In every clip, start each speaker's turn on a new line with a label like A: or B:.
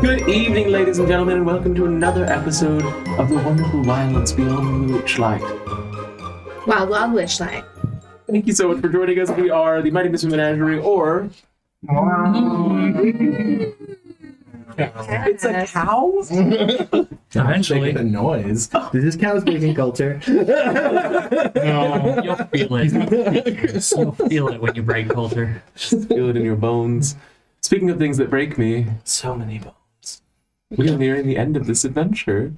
A: Good evening, ladies and gentlemen, and welcome to another episode of the wonderful violence beyond the witchlight.
B: Wow, long witch light.
A: Thank you so much for joining us. We are the Mighty Mr. Menagerie, or it's a cow.
C: Eventually.
D: the noise. Does this count as making culture?
C: No. You'll feel it. You'll feel it when you break culture.
A: Feel it in your bones. Speaking of things that break me, so many bones. We are nearing the end of this adventure.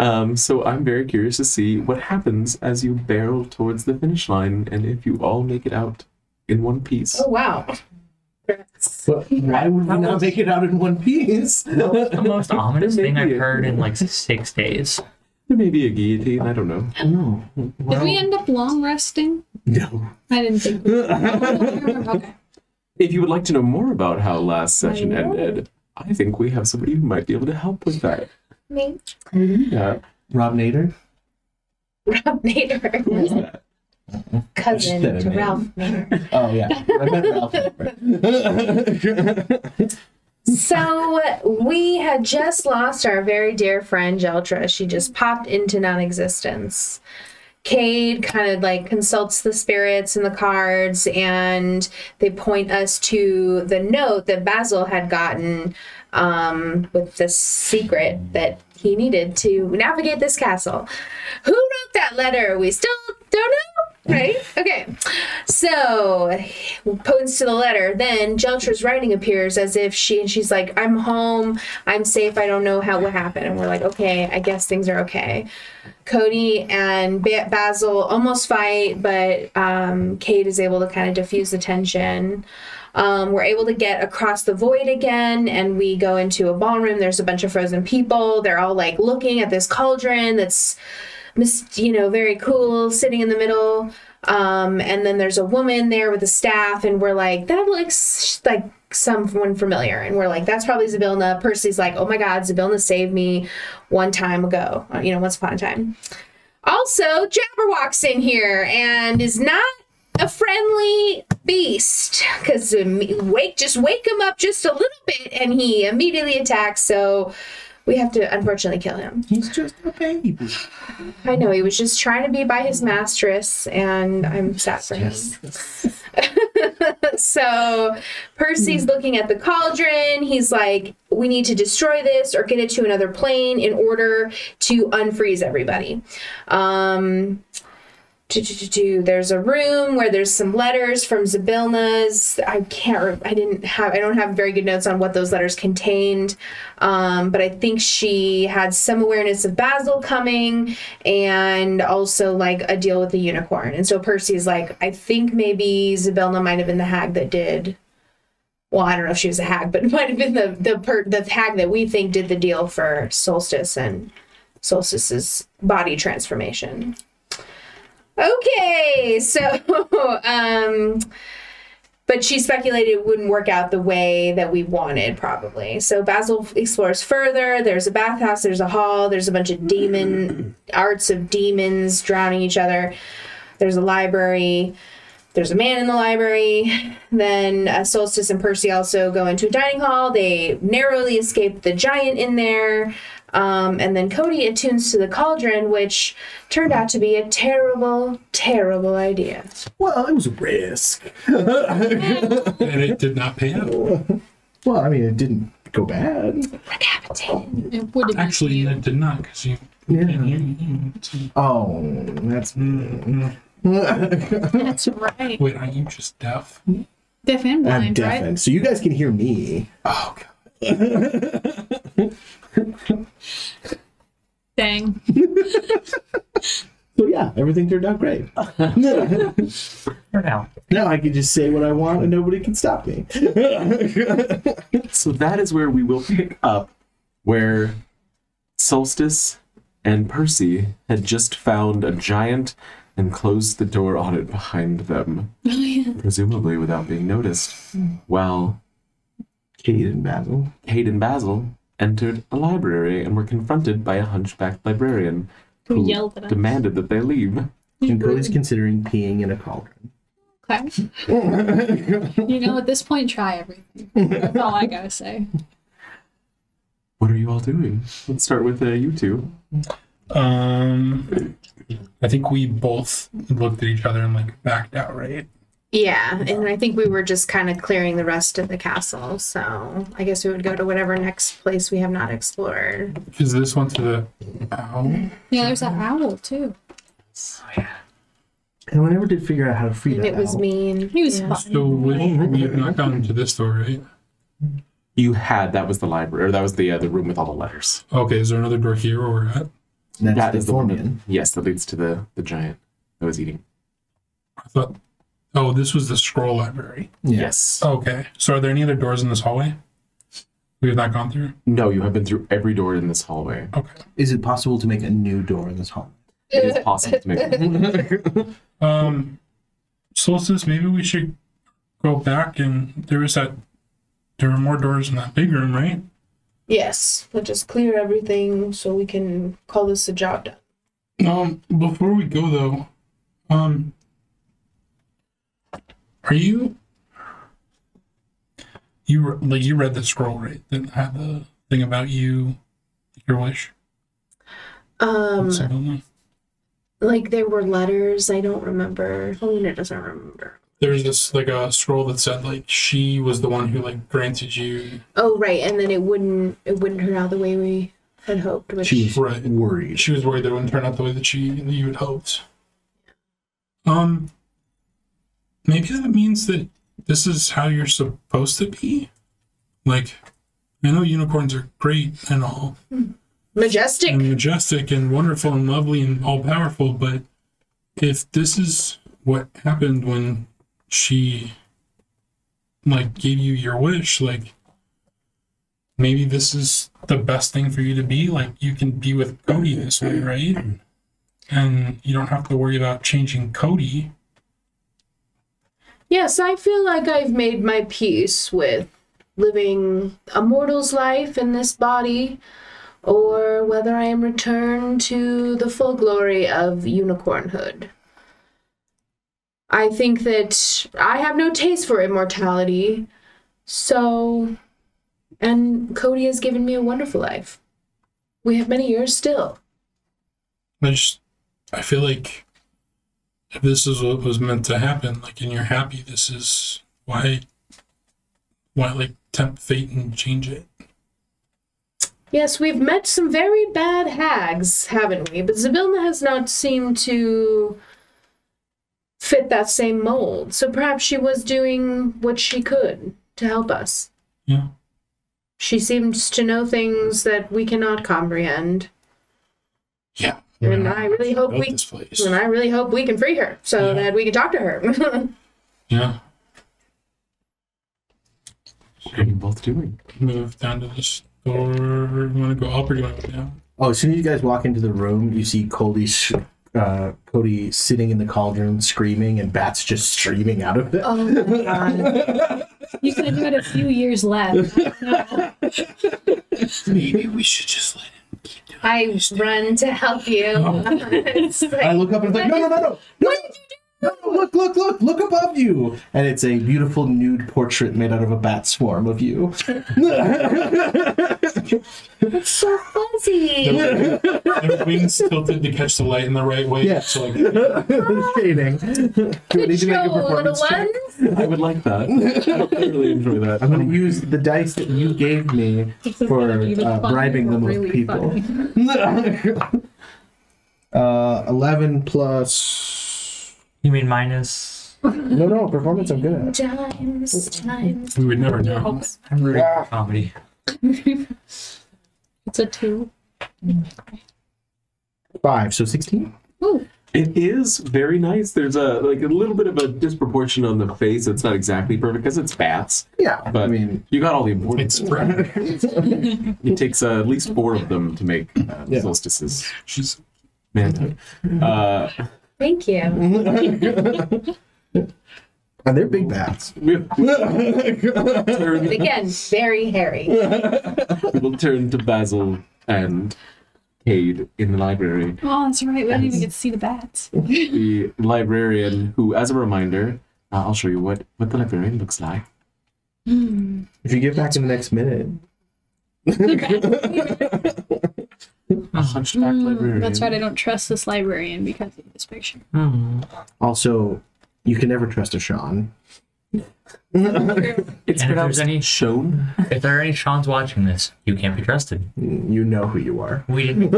A: Um, so I'm very curious to see what happens as you barrel towards the finish line and if you all make it out in one piece.
B: Oh wow.
D: But why would we not make it out in one piece?
C: The most ominous
A: There may
C: thing
A: be
C: I've
A: a-
C: heard in like six days.
A: There may be a guillotine, I don't know.
D: No.
E: Did we end up long resting?
D: No.
E: I didn't think. We okay.
A: If you would like to know more about how last session ended, I think we have somebody who might be able to help with that.
B: Me.
A: Yeah.
D: Rob Nader?
B: Rob
A: Who is
B: Nader.
A: that?
D: Just that
B: Cousin to
D: amazing.
B: Ralph Nader.
D: Oh, yeah. I met Ralph Nader.
B: So we had just lost our very dear friend Jeltra. She just popped into non-existence. Cade kind of like consults the spirits and the cards, and they point us to the note that Basil had gotten um, with the secret that he needed to navigate this castle. Who wrote that letter? We still don't know, right? Okay. So points to the letter. Then Jeltra's writing appears as if she and she's like, "I'm home. I'm safe. I don't know how what happened." And we're like, "Okay, I guess things are okay." Cody and ba- Basil almost fight, but um, Kate is able to kind of diffuse the tension. Um, we're able to get across the void again, and we go into a ballroom. There's a bunch of frozen people. They're all like looking at this cauldron that's, mis- you know, very cool, sitting in the middle. Um, and then there's a woman there with a staff, and we're like, that looks like someone familiar. And we're like, that's probably Zabilna. Percy's like, oh my God, Zabilna saved me one time ago, uh, you know, once upon a time. Also, Jabber walks in here and is not a friendly beast because wake just wake him up just a little bit and he immediately attacks. So we have to unfortunately kill him.
D: He's just a baby.
B: I know he was just trying to be by his mistress, and I'm sad for him. so Percy's looking at the cauldron. He's like, we need to destroy this or get it to another plane in order to unfreeze everybody. Um, do, do, do, do. There's a room where there's some letters from Zabilna's. I can't. Re- I didn't have. I don't have very good notes on what those letters contained, um, but I think she had some awareness of Basil coming, and also like a deal with the unicorn. And so Percy's like, I think maybe Zabilna might have been the hag that did. Well, I don't know if she was a hag, but it might have been the the per- the hag that we think did the deal for Solstice and Solstice's body transformation. Okay, so um but she speculated it wouldn't work out the way that we wanted probably. So Basil explores further. There's a bathhouse, there's a hall, there's a bunch of demon arts of demons drowning each other. There's a library. There's a man in the library. Then uh, Solstice and Percy also go into a dining hall. They narrowly escape the giant in there. Um, and then Cody attunes to the cauldron, which turned out to be a terrible, terrible idea.
D: Well, it was a risk.
F: and it did not pan out.
D: Well, I mean, it didn't go bad.
B: Decapitated.
E: It would have
F: Actually, it did not because you.
D: Yeah. Oh, that's.
E: That's right.
F: Wait, are you just deaf?
E: Deaf and
D: I'm
E: blind,
D: deafened.
E: right?
D: So you guys can hear me. Oh,
E: Dang.
D: So yeah, everything turned out great.
C: For now.
D: Now I can just say what I want and nobody can stop me.
A: So that is where we will pick up where Solstice and Percy had just found a giant and closed the door on it behind them,
E: Oh, yeah.
A: presumably without being noticed, while
D: Kate and Basil.
A: Kate and Basil entered a library and were confronted by a hunchbacked librarian
E: Who yelled at us.
A: demanded that they leave.
D: And Cody's considering peeing in a cauldron.
E: Okay. You know, at this point, try everything. That's all I gotta say.
A: What are you all doing? Let's start with uh, you two.
F: Um, I think we both looked at each other and like backed out, right?
B: Yeah, and I think we were just kind of clearing the rest of the castle, so I guess we would go to whatever next place we have not explored.
F: Is this one to the owl?
E: Yeah, there's an owl too.
D: And we never did figure out how to free
B: And
D: that
B: it was
D: owl.
B: mean.
E: He was
B: yeah.
E: fun.
F: So we, we have not gotten to this door, right?
A: You had that was the library, or that was the uh, the room with all the letters.
F: Okay, is there another door here where we're at?
D: That's
A: That
D: the
A: is the one. that-
D: Thormian.
A: yes, that leads to the the giant that was eating.
F: I thought. Oh, this was the scroll library.
D: Yeah.
A: Yes.
F: Okay. So are there any other doors in this hallway? We have not gone through.
A: No, you have been through every door in this hallway.
F: Okay.
D: Is it possible to make a new door in this home?
A: It is possible to make.
F: Um, Solstice, maybe we should go back and there was that. There were more doors in that big room, right?
B: Yes, let's just clear everything so we can call this a job done.
F: Um, before we go though, um, are you you re- like you read the scroll right that had the thing about you, your wish?
B: Um,
F: Um,
B: like there were letters. I don't remember. Helena Oh, doesn't remember.
F: There's this like a scroll that said like she was the one who like granted you
B: Oh right, and then it wouldn't it wouldn't turn out the way we had hoped. Which
D: She was
F: right.
D: worried.
F: She was worried that it wouldn't turn out the way that she that you had hoped. Um, maybe that means that this is how you're supposed to be. Like, I know unicorns are great and all,
B: majestic.
F: and majestic and wonderful and lovely and all powerful, but if this is what happened when she like gave you your wish, like maybe this is the best thing for you to be. Like you can be with Cody this way, right? And you don't have to worry about changing Cody.
B: Yes, I feel like I've made my peace with living a mortal's life in this body, or whether I am returned to the full glory of unicornhood. I think that I have no taste for immortality, so. And Cody has given me a wonderful life. We have many years still.
F: I just I feel like if this is what was meant to happen, like and you're happy, this is why why like tempt fate and change it.
B: Yes, we've met some very bad hags, haven't we? But Zabilna has not seemed to fit that same mold. So perhaps she was doing what she could to help us.
F: Yeah.
B: She seems to know things that we cannot comprehend.
F: Yeah.
B: And I really hope
F: Built
B: we
F: this place.
B: and I really hope we can free her so
F: Yeah.
B: that we can talk to her.
F: Yeah.
A: What are you both doing?
F: Move down to this door. You wanna go up or you wanna go down?
D: Oh, as soon as you guys walk into the room, you see Cody, sh- uh, Cody sitting in the cauldron screaming, and bats just streaming out of it.
B: oh my god.
E: You could do it a few years left. I don't know.
F: Maybe we should just let him
B: I run to help you.
F: Oh.
B: It's like-
D: I look up and it's like, no, no, no, no, no. No, no, look, look, look, look above you. And it's a beautiful nude portrait made out of a bat swarm of you.
B: it's so fuzzy.
F: their, their wings tilted to catch the light in the right way.
D: Yeah.
F: So like
D: Shading. We
B: Good
D: need to make a
B: show, little
D: performance check.
B: one.
A: I would like that. I would really enjoy that.
D: I'm going to use the dice that you gave me
E: This is
D: for
E: gonna be
D: uh,
E: funny.
D: bribing them
E: Really
D: with people.
E: funny.
D: uh, 11 plus.
C: You mean minus?
D: No, no, performance I'm good at.
B: Times, times.
F: we would never know.
C: I'm rooting for comedy.
E: It's a two.
D: Five, so 16?
E: Ooh,
A: It is very nice. There's a like a little bit of a disproportion on the face. It's not exactly perfect because it's bats,
D: Yeah.
A: but
D: I mean,
A: you got all the important.
F: It's spread.
A: It takes uh, at least four of them to make uh,
D: Yeah.
A: solstices.
F: She's
A: Manhood. Uh,
B: Thank you.
F: Mm-hmm.
D: and they're big bats.
A: we,
B: But again, very hairy.
A: we'll turn to Basil and Cade in the library.
E: oh, that's right. We didn't even get to see the bats.
A: The librarian, who, as a reminder, uh, I'll show you what, what the librarian looks like.
D: If you get back in the next minute,
C: Oh.
A: A hunchback librarian.
E: Mm, That's right. I don't trust this librarian because of this picture.
D: Also, you can never trust a Sean.
A: It's
C: And if there's
A: pronounced
C: any-
A: shown.
C: If there are any Sean's watching this, you can't be trusted.
D: You know who you are.
C: We didn't.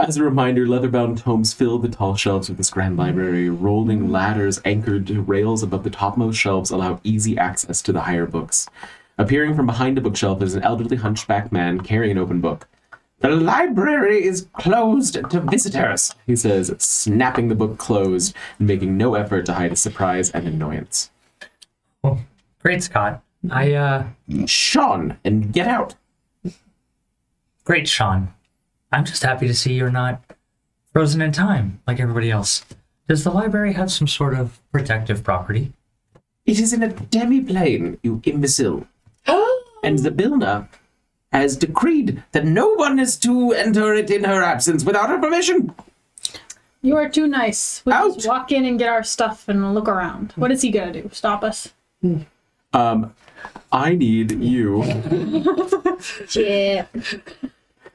A: As a reminder, leather-bound tomes fill the tall shelves of this grand library. Rolling ladders anchored to rails above the topmost shelves allow easy access to the higher books. Appearing from behind a bookshelf is an elderly hunchback man carrying an open book. The library is closed to visitors, he says, snapping the book closed and making no effort to hide his surprise and annoyance.
C: Well, great, Scott. I, uh,
A: Sean, and get out!
C: great, Sean. I'm just happy to see you're not frozen in time like everybody else. Does the library have some sort of protective property?
A: It is in a demi-plane, you imbecile. and the builder has decreed that no one is to enter it in her absence without her permission.
E: You are too nice. We
A: Out.
E: just walk in and get our stuff and look around. What is he gonna do? Stop us?
A: Um, I need you.
B: Yeah.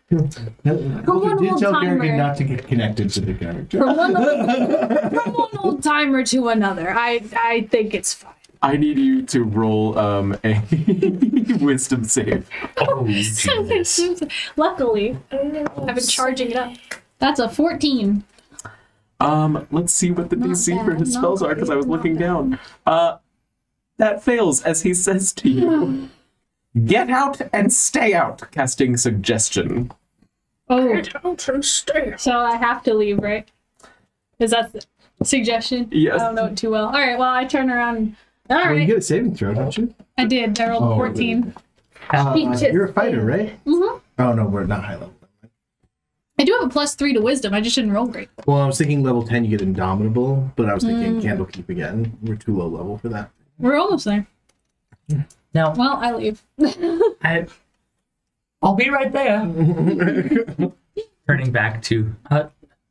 D: Go
E: one
D: did
E: old
D: tell
E: timer.
D: Garrigan not to get connected to the character.
E: From one old, from one old timer to another. I I think it's fine.
A: I need you to roll um a wisdom save.
C: Oh, Jesus.
E: Luckily,
B: I've
E: I've been charging it up. That's a 14.
A: Um, let's see what the
E: Not
A: DC for
E: bad,
A: his
E: not
A: spells are because I was
E: bad, not
A: looking
E: bad.
A: down. Uh, that fails as he says to you. Get out and stay out, casting suggestion.
E: Oh, so I have to leave, right? Is that the suggestion?
A: Yes.
E: I don't know it too well. All right. Well, I turn around. All
D: Well, you
E: right.
D: get a saving throw, don't you?
E: I did. I rolled a
D: Oh,
E: 14.
D: Uh,
B: just-
D: you're a fighter, right?
E: hmm
D: Oh no, we're not high level.
E: I do have a plus three to wisdom. I just didn't roll great.
D: Well, I was thinking level ten, you get indomitable, but I was thinking candlekeep again. We're too low level for that.
E: We're almost there.
C: Now,
E: Well, I leave.
C: I, I'll be right there. Turning back to uh,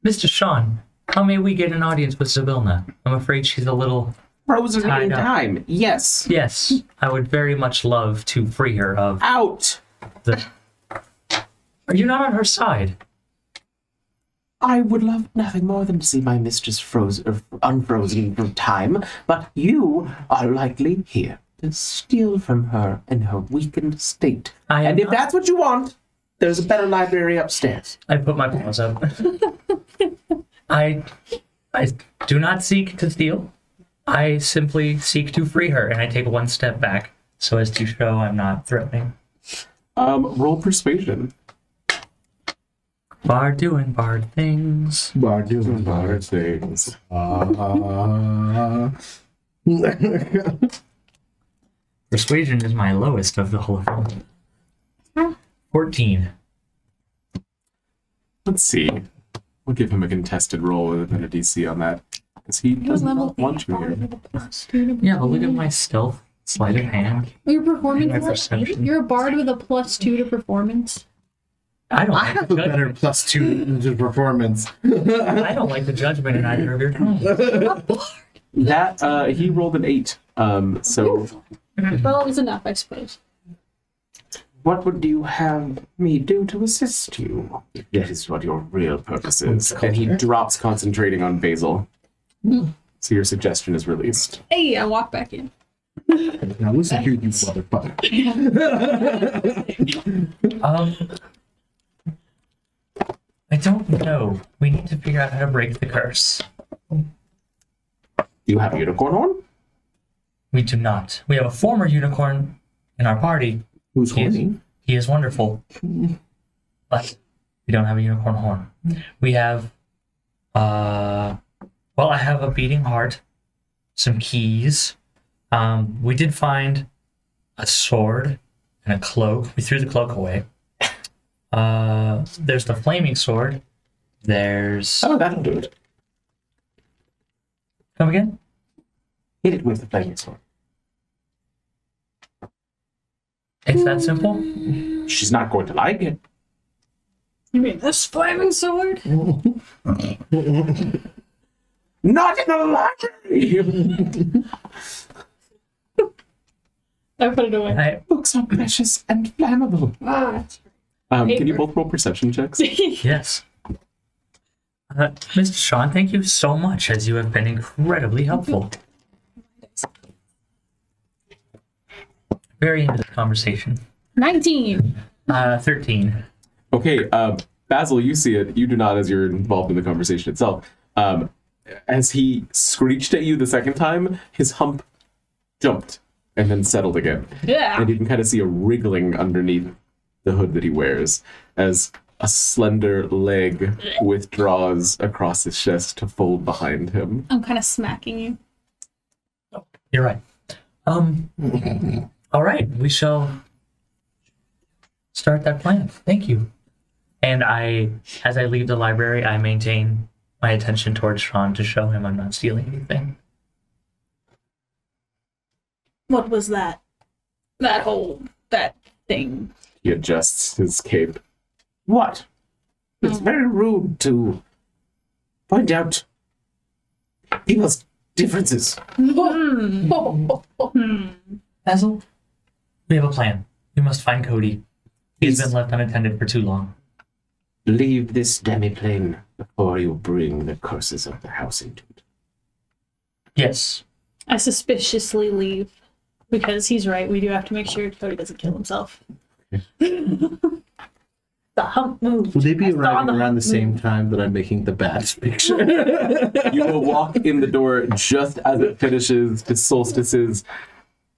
C: Mr. Sean, how may we get an audience with Zabilna? I'm afraid she's a little.
A: Frozen
C: Tied
A: in
C: up.
A: time. Yes.
C: Yes, I would very much love to free her of
A: Out.
C: the. Are you not on her side?
A: I would love nothing more than to see my mistress froze, er, unfrozen from time, but you are likely here to steal from her in her weakened state.
C: I am
A: and if
C: not-
A: that's what you want, there's a better library upstairs.
C: I put my paws up. I, I do not seek to steal. I simply seek to free her, and I take one step back so as to show I'm not threatening.
A: Um, roll persuasion.
C: Bard doing bard things.
D: Bar doing
A: things.
D: Uh,
C: Persuasion is my lowest of the whole of them. 14.
A: Let's see. We'll give him a contested roll with a DC on that, because he does not want you here.
C: Yeah, but look at my stealth, sleight of hand.
E: Your
C: My
E: performance.
C: perception.
E: You're a bard with a plus two to performance.
C: I don't
D: I
C: like
D: have
C: the
D: a better
C: judgment.
D: plus two to performance.
C: I don't like the judgment in either of your tongues.
A: That uh, he rolled an eight. Um, so
E: Well, it was enough, I suppose.
A: What would you have me do to assist you? That is what your real purpose is. And he drops concentrating on Basil. Hmm. So your suggestion is released.
E: Hey, I walk back in.
D: Now listen here, you motherfucker.
C: Um, I don't know. We need to figure out how to break the curse.
A: Do you have a unicorn horn?
C: We do not. We have a former unicorn in our party.
D: Who's
C: He is,
D: horny?
C: he is wonderful. But we don't have a unicorn horn. We have, uh, well, I have a beating heart, some keys. Um, we did find a sword and a cloak. We threw the cloak away. Uh, there's the flaming sword. There's.
A: Oh, that'll do it.
C: Come again?
A: Hit it with the flaming sword.
C: It's that simple?
A: She's not going to like it.
E: You mean this flaming sword?
A: Not in the library!
E: I put it away.
C: I,
A: Books are precious and flammable.
E: Ah.
A: Um, can you
E: Paper.
A: both roll perception checks?
C: yes. Uh, Mr. Sean, thank you so much, as you have been incredibly helpful. Very into the conversation.
E: 19.
C: Uh, 13.
A: Okay, uh, Basil, you see it. You do not, as you're involved in the conversation itself. Um, as he screeched at you the second time, his hump jumped and then settled again.
E: Yeah.
A: And you can kind of see a wriggling underneath the hood that he wears as a slender leg withdraws across his chest to fold behind him.
E: I'm kind of smacking you.
C: You're right. Um, all right, we shall start that plan. Thank you. And I, as I leave the library, I maintain my attention towards Sean to show him I'm not stealing anything.
E: What was that? That whole that thing.
A: He adjusts his cape.
G: What? It's very rude to point out people's differences.
E: Hmm.
C: Basil, we have a plan. We must find Cody. He's
G: Yes.
C: been left unattended for too long.
G: Leave this demiplane before you bring the curses of the house into it.
C: Yes.
E: I suspiciously leave because he's right. We do have to make sure Cody doesn't kill himself. the hump moved.
D: Will they be arriving
E: the-
D: around the same time that I'm making the bat picture?
A: you will walk in the door just as it finishes to Solstice's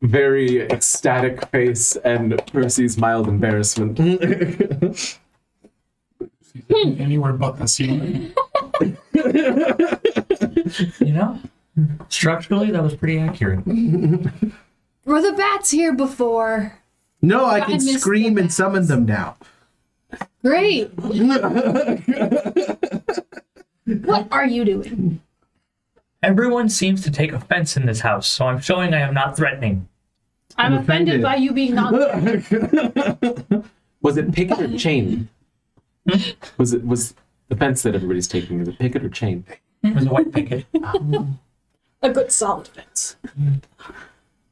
A: very ecstatic face and Percy's mild embarrassment.
F: Anywhere but the ceiling.
C: You know, structurally, that was pretty accurate.
H: Were the bats here before?
D: no, I can
E: I missed
D: scream
E: the
D: and summon them now.
H: Great. what are you doing?
C: Everyone seems to take offense in this house, so I'm showing I am not threatening.
E: I'm offended
D: offended.
E: by you being not.
A: Was it picket or chain? Was it was the fence that everybody's taking? Is it picket or chain?
C: It was a white picket.
E: a good solid fence.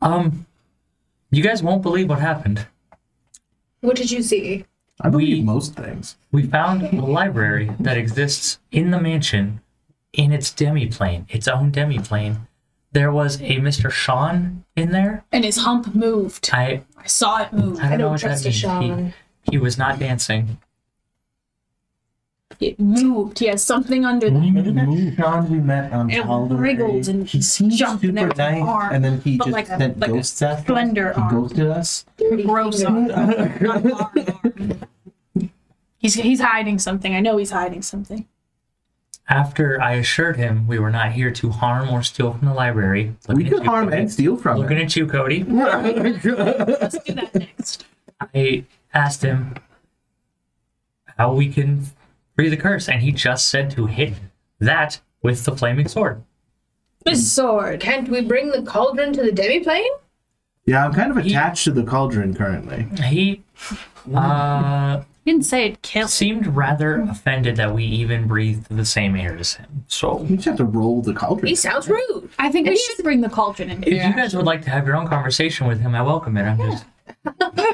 C: Um, you guys won't believe what happened.
B: What did you see?
D: I believe
C: We-
D: most things.
C: We found a library that exists in the mansion in its demiplane, its own demiplane. There was a Mr. Sean in there.
E: And his hump moved.
C: I
E: I saw it move.
C: I don't, know
B: don't
C: what that
B: trust a
C: means.
B: Sean.
C: He, he was not dancing.
E: It moved. He has something under there.
D: Sean we met on
E: It wriggled and
D: he seemed
E: jumped
D: super
E: in
D: nice,
E: every arm,
D: and then he
E: but
D: just
E: like a-
D: sent
E: like a
D: ghosts after us.
E: slender
D: He
E: arm.
D: ghosted us.
E: Gross arm. Not an arm. He's he's hiding something. I know he's hiding something.
C: After I assured him we were not here to harm or steal from the library.
D: We
C: Looking at
D: could
C: you,
D: harm
C: Cody.
D: and steal from
C: Looking
D: him.
C: at you, Cody.
E: Let's do that next.
C: I asked him how we can free the curse, and he just said to hit that with the flaming sword.
E: This sword.
B: Can't we bring the cauldron to the demiplane?
D: Yeah, I'm kind of attached to the cauldron currently.
C: He uh,
E: You didn't say it killed.
C: seemed rather offended that we even breathed the same air as him.
E: Oh.
C: So,
D: You just have to roll the cauldron.
B: He sounds rude.
E: I think we should bring the cauldron in
C: if
E: here.
C: you guys would like to have your own conversation with him, I welcome it. I'm just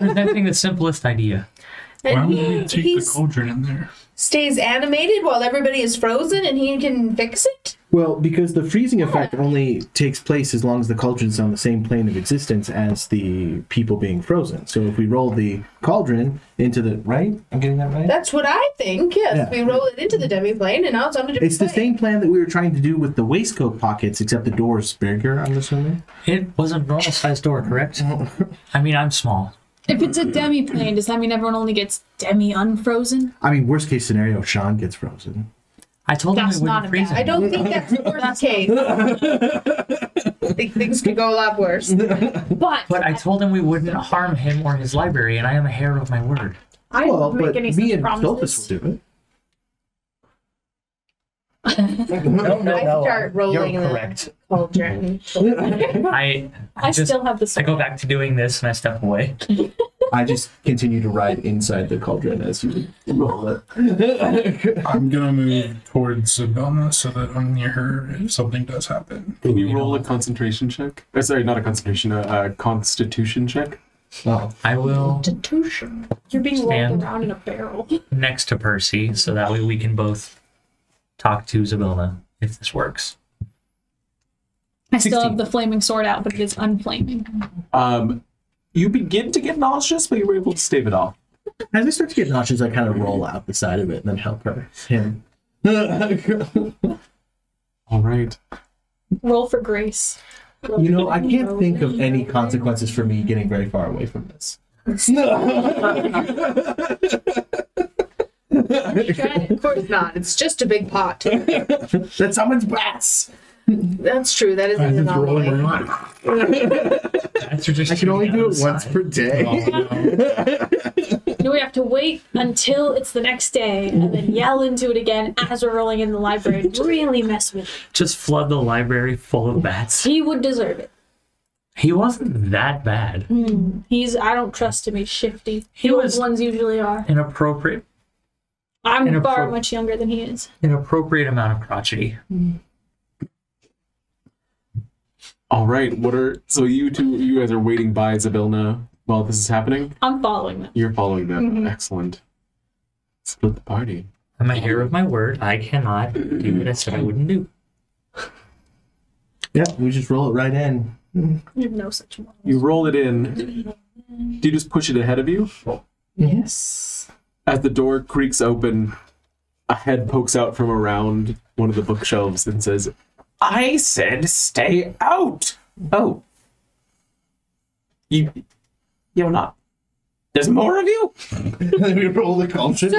C: presenting the simplest idea.
F: Why
B: And
F: would we
B: he,
F: take
B: he
F: the cauldron in there?
B: stays animated while everybody is frozen and he can fix it?
D: Well, because the freezing effect only takes place as long as the cauldron is on the same plane of existence as the people being frozen. So if we roll the cauldron into the right, I'm getting that right.
B: That's what I think. Yes,
D: Yeah.
B: we roll it into the demiplane and now it's on a different
D: It's the
B: plane.
D: same plan that we were trying to do with the waistcoat pockets, except the door's bigger. I'm assuming.
C: It was a normal sized door, correct? I mean, I'm small.
E: If it's a demi plane, does that mean everyone only gets demi unfrozen?
D: I mean, worst case scenario, Sean gets frozen.
C: I told
E: That's
C: him I
E: not
C: wouldn't
E: a
C: freeze
E: bad-
B: I
C: him.
B: don't think that's the worst case. I think things could go a lot worse.
E: But,
C: But I told him we wouldn't harm him or his library, and I am a hero of my word.
E: I didn't
D: Well,
E: make
D: but
E: any
D: me
E: such
D: and
E: promises.
D: Dolphus will do it.
C: No, no,
B: I
C: no.
B: start rolling
C: You're
B: the
C: correct.
B: cauldron.
C: I, I,
E: I
C: just,
E: still have the
C: I
E: sword.
C: go back to doing this and I step away.
D: I just continue to ride inside the cauldron as you roll it.
F: I'm gonna move towards Abelna so that I'm near her if something does happen.
A: Can you roll a concentration check? Uh, sorry, not a concentration, a, a constitution check.
D: Oh,
C: I will
B: Constitution.
E: You're being rolled
C: Stand.
E: around in a barrel.
C: next to Percy, so that way we can both talk to Zabilna if this works.
E: I still
A: 16.
E: have the flaming sword out, but it is unflaming.
A: Um, you begin to get nauseous, but you were able to stave it off.
D: As I start to get nauseous, I kind of roll out the side of it and then help her. Him. you
A: All right.
E: Roll for grace.
D: know, I can't think of any consequences for me getting very far away from this.
B: of course not. It's just a big pot.
D: That summons bats.
B: That's true. That is
F: I
B: an
F: think rolling
B: anomaly.
F: around.
C: I
D: I can only do it once per day.
E: Do we have to wait until it's the next day and then yell into it again as we're rolling in the library? and Really mess with it.
C: Just flood the library full of bats.
E: He would deserve it.
C: He wasn't that bad.
E: Mm. He's I don't trust him. He's shifty.
C: He
E: The old
C: was-
E: ones usually are.
C: Inappropriate,
E: I'm
C: inappro-
E: far much younger than he is.
C: inappropriate amount of crotchety.
A: All right. What are so you two? You guys are waiting by Zabilna while this is happening.
E: I'm following them.
A: You're following them. Excellent. Split the party.
C: I'm a hearer of my word. I cannot do what I said I wouldn't do.
D: Yeah, we just roll it right in.
E: I have no such one.
A: You roll it in. Do you just push it ahead of you?
D: Yes.
A: As the door creaks open, a head pokes out from around one of the bookshelves and says, "I said stay out." Oh, you, you're not. There's more of you.
D: we roll the culture.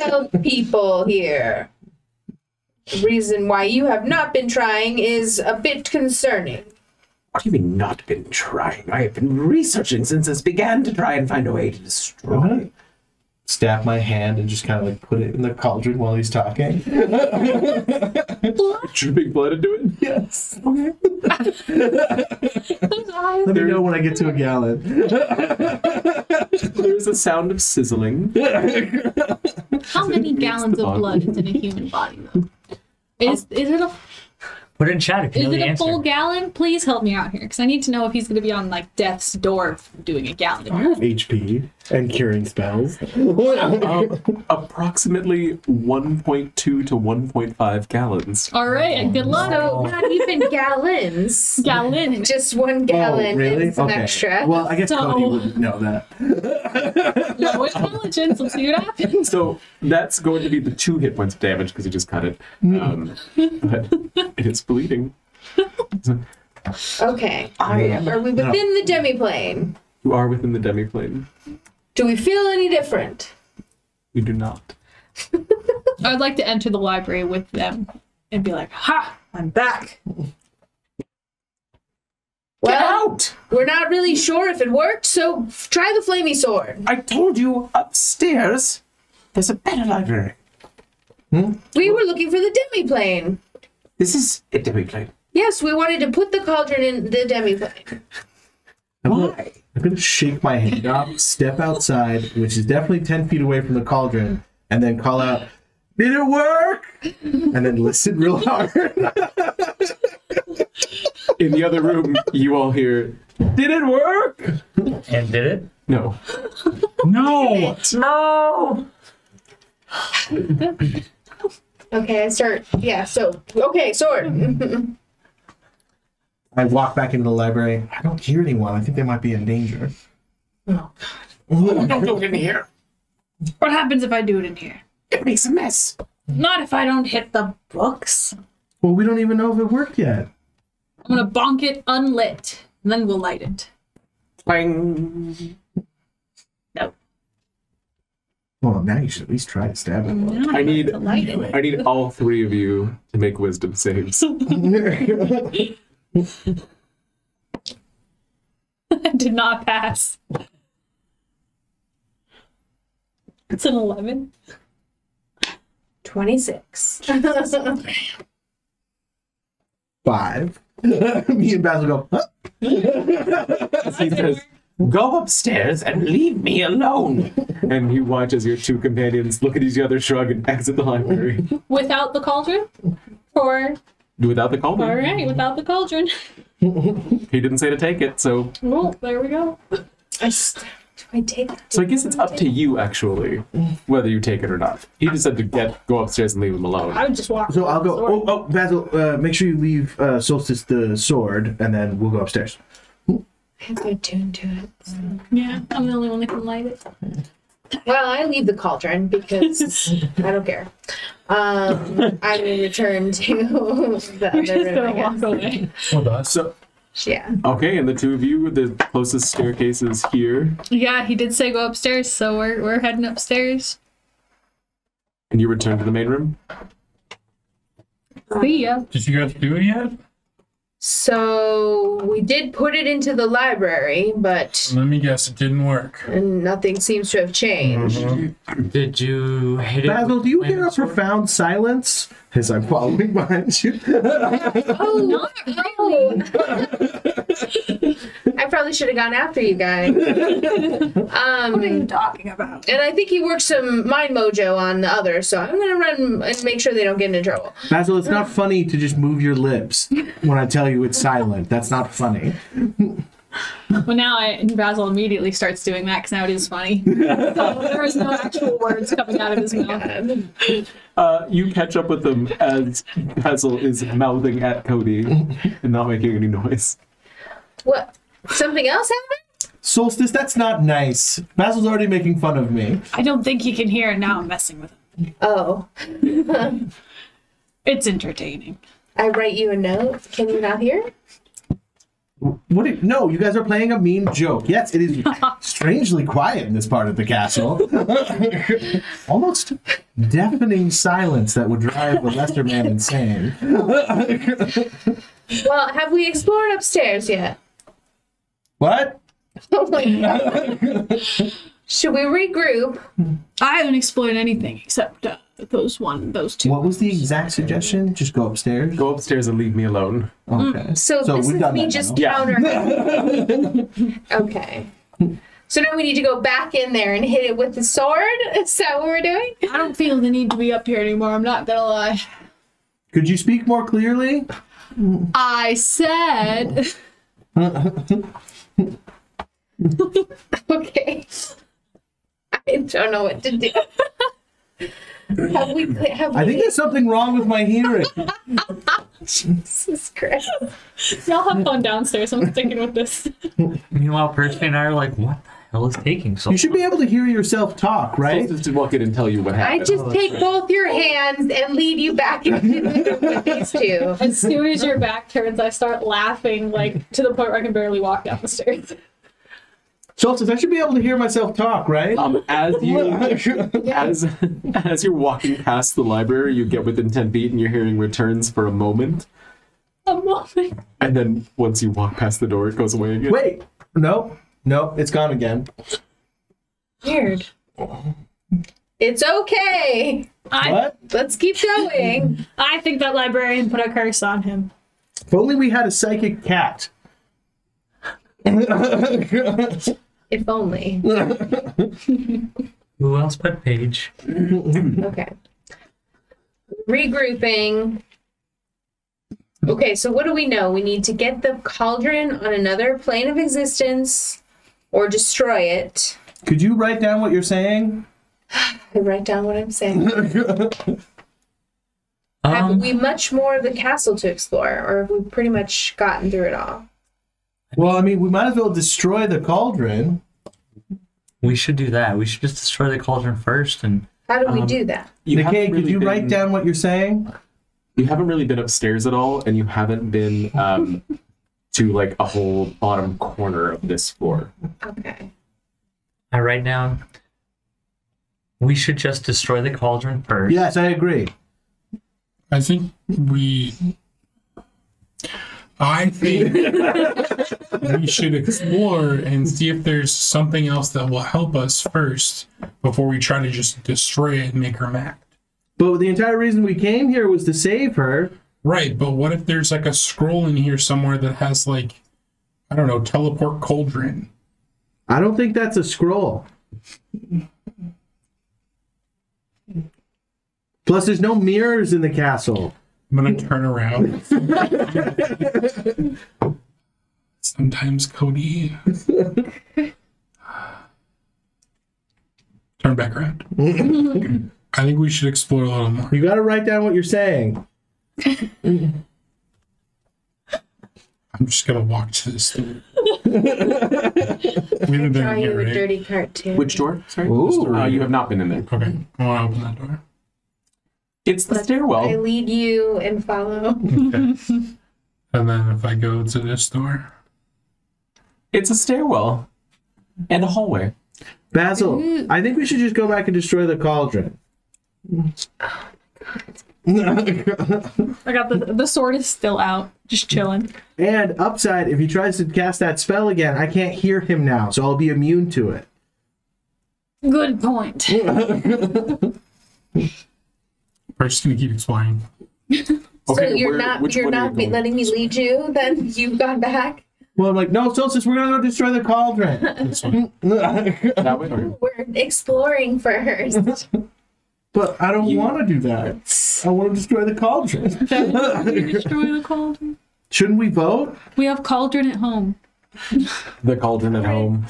B: Help people here. The reason why you have not been trying is a bit concerning.
G: What do you mean not been trying? I have been researching since this began to try and find a way to destroy.
A: Uh-huh.
D: I'm gonna stab my hand and just kind of like put it in the cauldron while he's talking.
A: Dripping blood into it.
D: Yes. Okay. Let me know when I get to a gallon.
A: There's a sound of sizzling.
E: How many gallons
A: the
E: of
A: body.
E: blood is in a human body though? Is is it a
C: Put it in chat if you
E: is
C: know
E: it
C: the
E: a
C: answer.
E: full gallon? Please help me out here, because I need to know if he's going to be on like death's door f- doing a gallon.
D: HP and curing spells.
A: Um, approximately 1.2 to 1.5 gallons.
E: All right, and good luck.
B: So not even gallons.
E: gallon.
B: Just one
D: Oh,
B: gallon is an extra.
D: Well, I guess
E: So-
D: Cody wouldn't know that.
E: Low intelligence. Let's see what happens.
A: So that's going to be the two hit points of damage because he just cut it. Um, but it is bleeding.
B: okay. Are, are we within the demiplane?
A: You are within the demiplane.
B: Do we feel any different?
A: You do not.
E: I'd like to enter the library with them and be like, "Ha, I'm back."
B: Well, we're not really sure if it worked, so f- try the flamey sword.
G: I told you upstairs there's a better library.
B: We were looking for the demiplane.
G: This is a demiplane.
B: Yes, we wanted to put the cauldron in the demiplane.
D: I'm gonna, I'm gonna shake my hand up, step outside, which is definitely ten feet away from the cauldron, and then call out, "Did it work?" And then listen real hard.
A: In the other room, you all hear, Did it work?
C: and did it?
A: No.
F: No!
C: No.
B: Okay, I start. Yeah, so. Okay, sword.
D: I walk back into the library. I don't hear anyone. I think they might be in danger.
G: Don't do it in here.
E: What happens if I do it in here?
G: It makes a mess.
E: Not if I don't hit the books.
D: Well, we don't even know if it worked yet.
E: I'm gonna bonk it unlit, and then we'll light it.
G: Bang.
D: Well, now you should at least try to stab it.
A: I need
E: To light it.
A: I need all three of you to make wisdom saves.
E: I did not pass. It's an eleven.
B: 26.
D: Five. Me and Basil go. Huh?
A: He says,
G: Go upstairs and leave me alone.
A: And you watch as your two companions look at each other, shrug, and exit the library
E: Without the cauldron? Or,
A: without the call.
E: all right, without the cauldron.
A: He didn't say to take it, so
E: Well, there we go.
B: I take it.
A: so I guess it's up to you actually whether you take it or not. He just said to get go upstairs and leave him alone.
E: I would just walk.
D: So I'll go.
E: Sword.
D: Oh, oh, Basil, uh, make sure you leave uh, Solstice the sword, and then we'll go upstairs.
B: I'm so tuned to it.
E: Yeah, I'm the only one that can light it.
B: Well, I leave the cauldron because I don't care. Um, I will return to the
E: We're just
B: other room. I
E: gonna
B: guess.
E: walk away.
F: Well, that's
A: So
B: Yeah.
A: okay, and the two of you, the closest staircase is here,
I: Yeah, he did say go upstairs, so we're we're heading upstairs.
A: and you return to the main room.
I: See ya.
F: Did you guys do it yet?
B: So we did put it into the library, but
F: Let me guess, it didn't work.
B: nothing seems to have changed.
C: Did you hit it?
D: Basil,
C: with
D: do you
C: flame
D: hear a
C: sword?
D: profound silence as I'm following behind you?
B: Oh, not really. I probably should have gone after you guys. Um, what are you talking about? And I think he worked some mind mojo on the other, so I'm gonna run and make sure they don't get into trouble.
D: Basil, it's not funny to just move your lips when I tell you it's silent. That's not funny.
I: Well, now I and Basil immediately starts doing that because now it is funny. so there is no actual words coming out of his mouth.
B: Um,
A: Uh, you catch up with them as Hazel is mouthing at Cody and not making any noise.
B: what? Something else happened?
D: Solstice, that's not nice. Basil's already making fun of me.
I: I don't think he can hear, and now I'm messing with him.
B: Oh,
I: It's entertaining.
B: I write you a note. Can you not hear? it?
D: What? do- no, you guys are playing a mean joke. Yes, it is strangely quiet in this part of the castle. Almost deafening silence that would drive a lesser man insane.
B: Well, have we explored upstairs yet?
D: What?
B: Oh my God. Should we regroup?
I: I haven't explored anything except uh, those one, those two.
D: What was the exact suggestion? Just go upstairs.
A: Go upstairs and leave me alone.
D: Okay.
B: So,
D: So
B: this
D: we've
B: is
D: done
B: me
D: that
B: just
D: now.
A: Yeah.
B: countering. okay. So now we need to go back in there and hit it with the sword. Is that what we're doing?
I: I don't feel the need to be up here anymore. I'm not gonna lie.
D: Could you speak more clearly?
I: I said
B: Okay. I don't know what to do. have we? cl- Have
D: I
B: we?
D: think there's something wrong with my hearing.
B: Jesus Christ.
E: Y'all have fun downstairs. I'm sticking with this.
C: Meanwhile, Percy and I are like, what the hell is taking so
D: You should be able to hear yourself talk, right?
A: Solstice did walk in and tell you what
B: I
D: Oh,
A: happened.
B: just take both your hands and lead you back into the room with these two.
E: As soon as your back turns, I start laughing, like to the point where I can barely walk down the stairs.
D: Solstice, I should be able to hear myself talk, right?
A: Um, as you as as you're walking past the library, you get within ten feet, and your hearing returns for a moment,
E: I'm laughing.
A: and then once you walk past the door, it goes away again.
D: Wait. No. No, it's gone again.
B: Weird. It's okay.
E: I
D: What?
B: Let's keep going.
E: I think that librarian put a curse on him.
D: If only we had a psychic cat.
B: If only.
C: Who else but Paige?
B: Okay. Regrouping. Okay, so what do we know? We need to get the cauldron on another plane of existence or destroy it.
D: Could you write down what you're saying?
B: I write down what I'm saying. have
C: Um,
B: we much more of the castle to explore, or have we pretty much gotten through it all?
D: Well, I mean, we might as well destroy the cauldron.
C: we should do that. We should just destroy the cauldron first and
B: How do
A: Um,
B: we do that?
A: You
D: Nikkei,
A: haven't
D: could
A: really
D: you
A: been-
D: write down what you're saying?
A: You haven't really been upstairs at all, and you haven't been um, to like a whole bottom corner of this floor.
B: Okay.
C: I write down. uh, We should just destroy the cauldron first.
D: Yes, I agree.
F: I think we. I think we should explore and see if there's something else that will help us first before we try to just destroy it and make her mad.
D: But the entire reason we came here was to save her.
F: Right, but what if there's like a scroll in here somewhere that has like, I don't know, teleport cauldron
D: I don't think that's a scroll. Plus, there's no mirrors in the castle.
F: I'm gonna turn around. Sometimes Cody. turn back around. I think we should explore a little more.
D: You got to write down what you're saying.
F: I'm just gonna walk to this door. we haven't been
B: Draw
F: in
B: you
F: here,
B: a
F: right?
B: dirty cartoon.
A: Which door? Sorry.
D: Ooh.
A: Uh, you have not been in there.
F: Okay, I wanna open that door.
A: It's the
B: I
A: stairwell.
B: lead you and follow.
F: And then if I go to this door,
A: It's a stairwell and a hallway.
D: Basil, I think we should just go back and destroy the cauldron.
I: I got the the sword is still out, just chilling.
D: and upside, if he tries to cast that spell again, I can't hear him now, so I'll be immune to it.
E: Good point.
F: we're just gonna keep exploring.
B: So
A: Okay,
B: you're
A: where-
B: not
A: which
B: you're
A: one are you
B: not be-
A: going?
B: letting me lead you. Then you've gone back.
D: Well, I'm like, no, Solstice, we're gonna go destroy the cauldron.
F: This one.
A: That way. Okay.
B: We're exploring first.
D: but I don't want to do that. I want to destroy the cauldron.
I: Destroy the cauldron.
D: Shouldn't we vote?
I: We have cauldron at home.
A: The cauldron at home.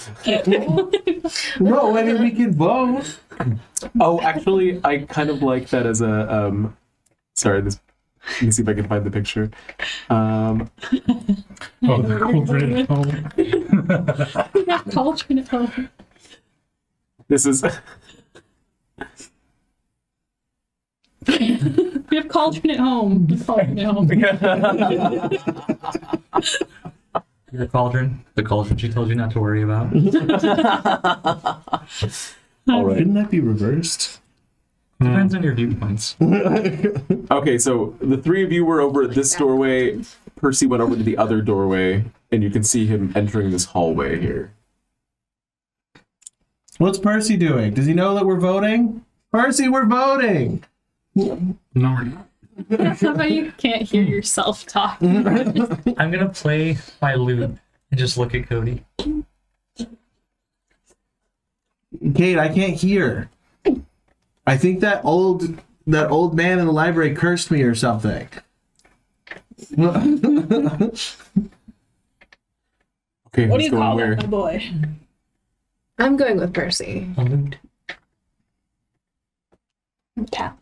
D: No, I mean we can vote.
A: Oh, actually, I kind of like that as a. Um, sorry, this. Let me see if I can find the picture. Um,
F: Oh, the cauldron. Oh,
I: We have cauldron at home.
A: this is.
I: We have cauldron at home. We have Cauldron at home.
C: The cauldron. The cauldron she told you not to worry about.
D: Mm-hmm. All right. Couldn't that be reversed?
C: Depends on your viewpoints.
A: Okay, so the three of you were over at this doorway. Percy went over to the other doorway, and you can see him entering this hallway here.
D: What's Percy doing? Does he know that we're voting? Percy, we're voting.
F: no, we're
D: Mm-hmm.
F: not.
I: How about you can't hear yourself talk?
C: I'm gonna play my lute and just look at Cody.
D: Kate, I can't hear. I think that old that old man in the library cursed me or something.
A: Okay,
I: What do
A: who's going
I: you call
A: where?
I: that, my boy?
B: I'm going with Percy.
C: A lute.
I: Tap.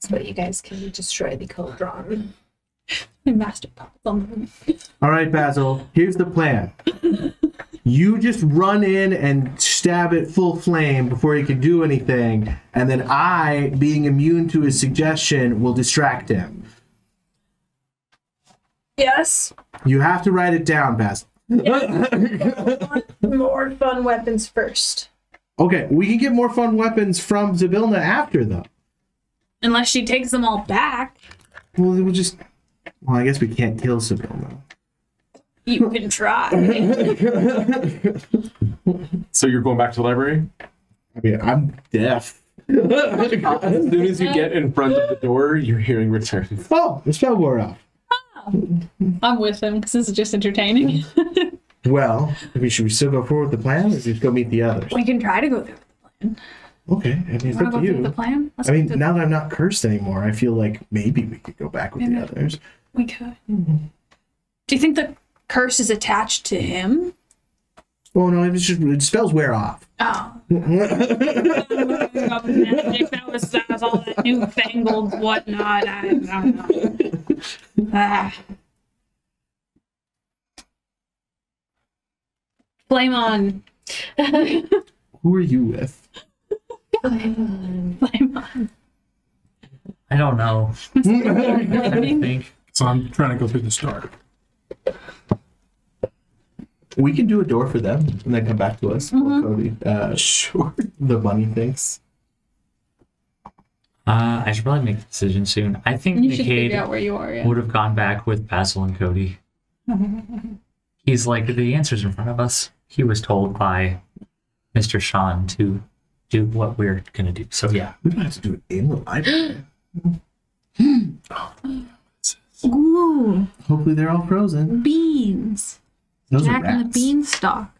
B: So that you guys can destroy the cauldron.
I: My master puppet on
D: All right, Basil, here's the plan. You just run in and stab it full flame before he can do anything, and then I, being immune to his suggestion, will distract him.
E: Yes.
D: You have to write it down, Basil.
E: More fun weapons first.
D: Okay, we can get more fun weapons from Zabilna after, though.
I: Unless she takes them all back,
D: Well, we'll just. Well, I guess we can't kill Zabilna.
I: you can try.
A: So you're going back to the library?
D: I mean, I'm deaf.
A: As soon as you get in front of the door, you're hearing returns.
D: Oh, the spell wore off.
I: I'm with him because this is just entertaining.
D: Well, I mean, should we still go forward with the plan, or just go meet the others?
I: we can try to go through.
D: Okay, I mean, it's up
I: Want to go
D: to
I: through the
D: you.
I: plan? Let's
D: I mean,
I: go through-
D: now that I'm not cursed anymore, I feel like maybe we could go back with the
E: Maybe.
D: others.
I: we could.
E: Do you think the curse is attached to him?
D: Oh no, it's just it spells wear off.
E: Oh.
I: that was that was all that newfangled whatnot. I, I don't know. Ah. Flame on,
D: Who are you with?
I: flame on.
C: I don't know. I think.
F: So I'm trying to go through this door.
D: We can do a door for them and then come back to us. Cody, uh,
A: Sure.
D: the bunny things.
C: Uh, I should probably make a decision soon. I think
I: You should figure
C: Nickade
I: out where you are. Yeah.
C: would have gone back with Basil and Cody. He's like the answers in front of us. He was told by Mr. Sean to do what we're gonna do. So yeah.
D: We might have to do it in the library.
I: Ooh,
D: Hopefully, they're all frozen.
I: beans.
D: Those
I: Jack
D: are rats.
I: and the beanstalk.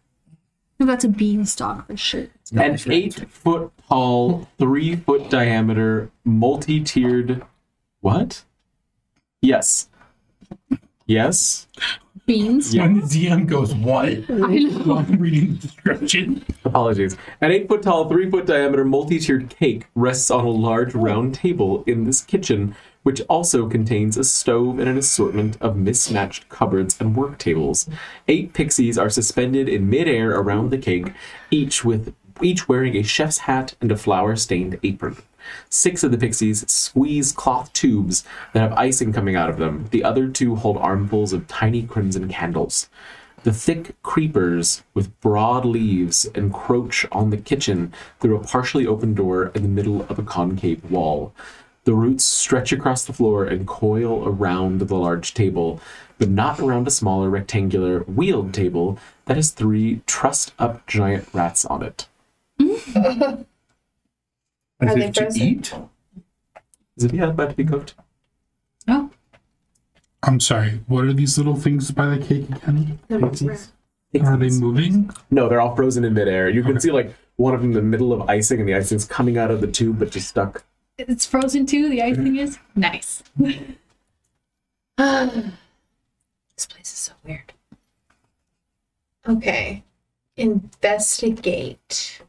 I: That's a beanstalk for sure.
A: an eight foot tall, three foot diameter, multi tiered. What? Yes. Yes.
I: Beans.
A: Yeah.
F: When the DM goes, what?
I: I know.
F: I'm reading the description.
A: Apologies. An eight foot tall, three foot diameter, multi tiered cake rests on a large round table in this kitchen, which also contains a stove and an assortment of mismatched cupboards and work tables. Eight pixies are suspended in midair around the cake, each with each wearing a chef's hat and a flour stained apron. Six of the pixies squeeze cloth tubes that have icing coming out of them. The other two hold armfuls of tiny crimson candles. The thick creepers with broad leaves encroach on the kitchen through a partially open door in the middle of a concave wall. The roots stretch across the floor and coil around the large table, but not around a smaller rectangular wheeled table that has three trussed up giant rats on it.
B: Are
D: As
B: they
D: if to
B: frozen?
D: eat?
A: Is it yeah, about to be cooked?
I: Oh,
F: I'm sorry, what are these little things by the cake again? Are they moving?
A: No, they're all frozen in midair. You can see like one of them in the middle of icing, and the icing's coming out of the tube, but just stuck.
I: It's frozen too. The icing is nice.
B: This place is so weird. Okay. Investigate.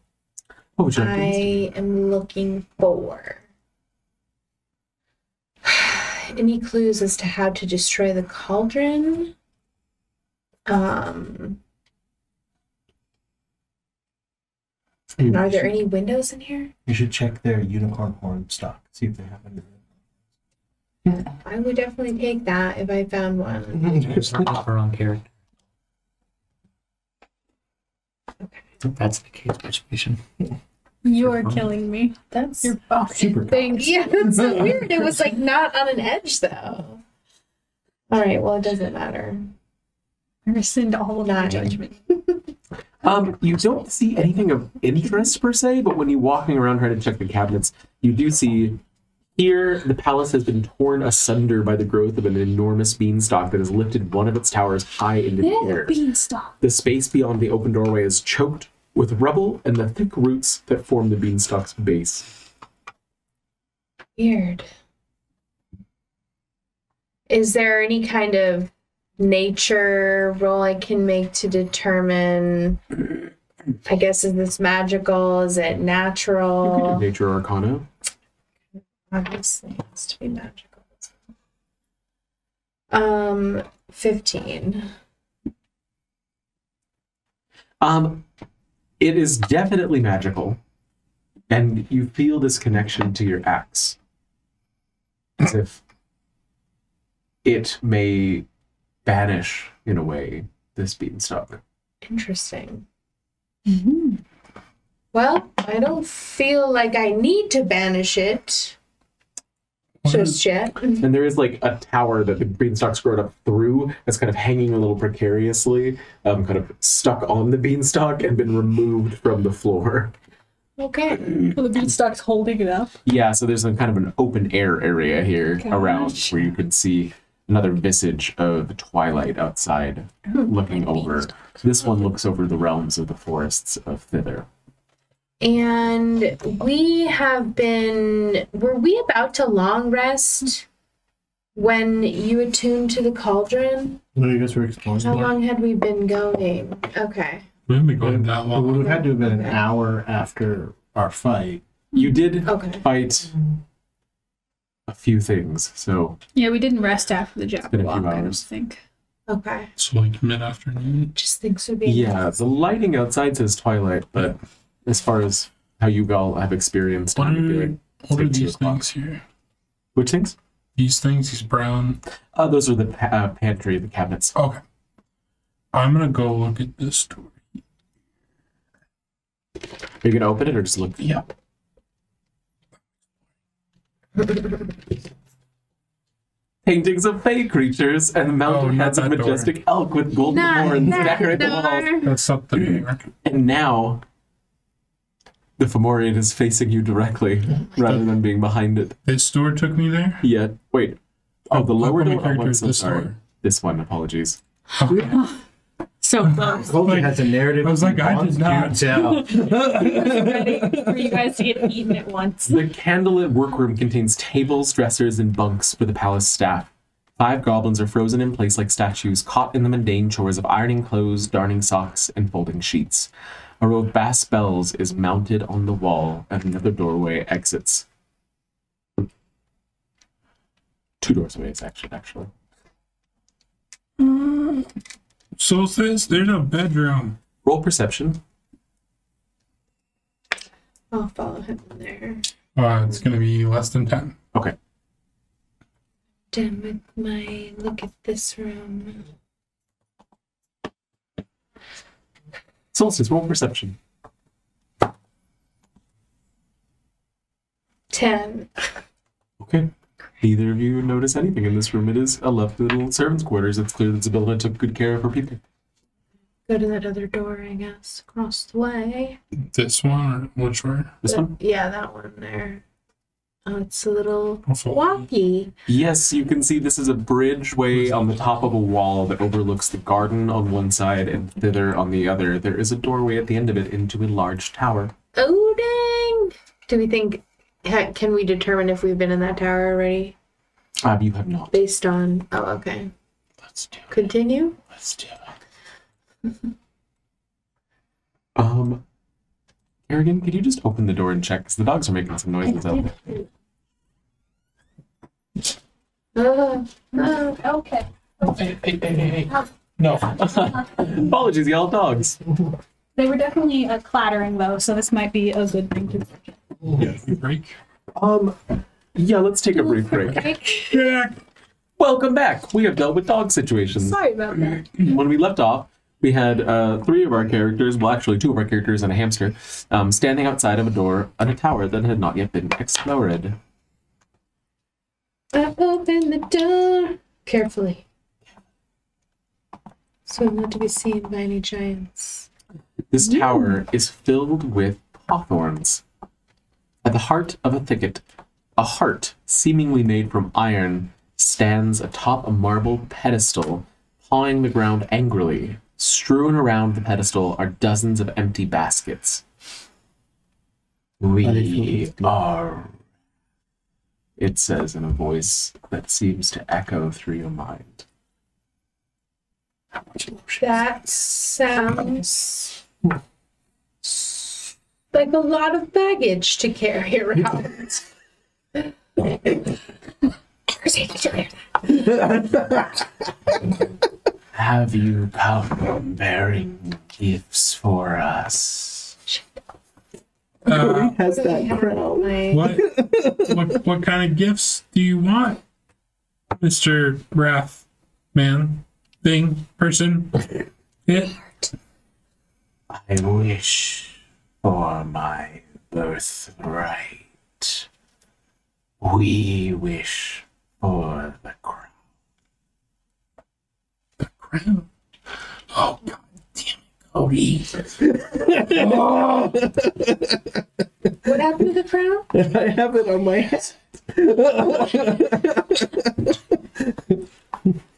A: What would you like? to do?
B: I am looking for any clues as to how to destroy the cauldron. Um, and are there any windows in here?
D: You should check their unicorn horn stock. See if they have
B: I would definitely take that if I found one.
C: It's
D: any.
C: not offer on character. If that's the case situation.
I: You're killing me.
B: That's
I: You're buffing
D: Super
I: things.
B: yeah, that's so weird. It was like not on an edge though. All right, well, it doesn't matter.
I: I rescind all of my
B: Nine.
I: judgment.
A: Um, you don't see anything of interest per se, but when you're walking around trying to check the cabinets, you do see here the palace has been torn asunder by the growth of an enormous beanstalk that has lifted one of its towers high into the air.
I: Beanstalk.
A: The space beyond the open doorway is choked with rubble and the thick roots that form the beanstalk's base.
B: Weird. Is there any kind of nature roll I can make to determine? I guess is this magical? Is
A: You
B: it
A: could do
B: natural?
A: Nature Arcana.
B: Obviously, it has to be magical. Um, fifteen.
A: Um, it is definitely magical, and you feel this connection to your axe, as if it may banish, in a way, this beanstalk.
B: Interesting. Mm-hmm. Well, I don't feel like I need to banish it just yet.
A: And there is like a tower that the beanstalk's grown up through that's kind of hanging a little precariously, um, kind of stuck on the beanstalk and been removed from the floor.
B: Okay.
I: Well, the beanstalk's holding it up.
A: Yeah, so there's a kind of an open air area here around
I: Gosh.
A: where you could see another visage of twilight outside looking over. This one looks over the realms of the forests of thither.
B: And we have been. Were we about to long rest when you attuned to the cauldron?
D: No, you guys were exploring.
B: How long had we been going? Okay.
F: We haven't been going that
D: It would
F: long.
D: have had to have been an hour after our fight.
A: You did
B: Okay.
A: fight a few things, so
I: Yeah, we didn't rest after the
A: been a few
I: Jabberwock. I don't
A: hours.
I: think.
B: Okay.
F: So like mid afternoon.
B: Just things would be.
A: yeah, the lighting outside says twilight, but as far as how you all have experienced,
F: What
A: time would be
F: are,
A: like,
F: what are
A: like two
F: these
A: o'clock.
F: things here?
A: which things?
F: These things, these brown.
A: Uh, those are the pa- uh, pantry, the cabinets.
F: Okay. I'm gonna go look at this door.
A: Are you gonna open it or just look?
F: Yep.
A: paintings of fey creatures and mounted
F: Oh, not
A: heads of
F: that door.
A: majestic elk with golden
B: Not
A: horns
B: that
A: dagger at the walls.
B: door.
F: That's up the door.
A: And now, the Fomorian is facing you directly
F: Oh
A: rather than being behind it.
F: This door took me there.
A: Yeah, wait. Oh, the
F: How
A: lower
F: come my
A: door. Oh,
F: character
A: I'm
F: is
A: so
F: this
A: sorry.
F: door?
A: This one, apologies.
I: So close.
D: Culture has a narrative.
F: I was like,
D: he
F: I
D: wants
F: did not.
D: to tell.
I: Ready for you guys to get eaten at once.
A: The candlelit workroom contains tables, dressers, and bunks for the palace staff. Five goblins are frozen in place like statues, caught in the mundane chores of ironing clothes, darning socks, and folding sheets. A row of bass bells is mounted on the wall, and another doorway exits. Two doorways, actually. Actually,
F: So sis, there's a bedroom.
A: roll perception.
B: I'll follow him in there.
F: Uh, it's gonna be less than ten.
A: Okay.
B: Done with my look at this room.
A: Solstice, roll perception.
B: Ten.
A: Okay. Neither of you notice anything in this room. It is a lovely little servants' quarters. It's clear that Isabella took good care of her people.
B: Go to that other door, I guess. Across the way.
F: This one or which one?
A: This one?
B: Yeah, that one there. Oh, it's a little
F: I'll follow you.
B: walkie.
A: Yes, you can see this is a bridgeway on the top of a wall that overlooks the garden on one side and thither on the other. There is a doorway at the end of it into a large tower.
B: Oh dang! Do we think? ha- Can we determine if we've been in that tower already
A: Ah, you have not.
B: based on? Oh, okay.
A: Let's do it.
B: Continue.
A: Let's do it. um, Kerrigan, could you just open the door and check? Because the dogs are making some noises out there.
B: Uh, uh, okay.
A: Hey, hey, hey, hey, hey. No. Apologies, y'all dogs.
I: They were definitely uh, clattering though, so this might be a good thing to.
F: Yeah, you break.
A: Um, yeah, let's take a brief break. Welcome back. We have dealt with dog situations.
I: Sorry about that.
A: when we left off, we had uh, three of our characters, well, actually, two of our characters and a hamster, um, standing outside of a door on a tower that had not yet been explored.
B: I ah, open the door carefully, so I'm not to be seen by any giants.
A: This tower is filled with hawthorns. At the heart of a thicket, a heart seemingly made from iron stands atop a marble pedestal, pawing the ground angrily. Strewn around the pedestal are dozens of empty baskets. We are. It says in a voice that seems to echo through your mind.
B: That sounds like a lot of baggage to carry around. Chrissy, did you hear that?
G: Have you come bearing gifts for us?
F: Uh,
D: Has that crown.
B: My-
F: what, what what kind of gifts do you want, Mister Wrath, man, thing, person? Yeah.
G: I wish for my birthright. We wish for the crown.
F: crown. Oh god damn it, Cody.
B: What happened to the crown?
D: I have it on my head.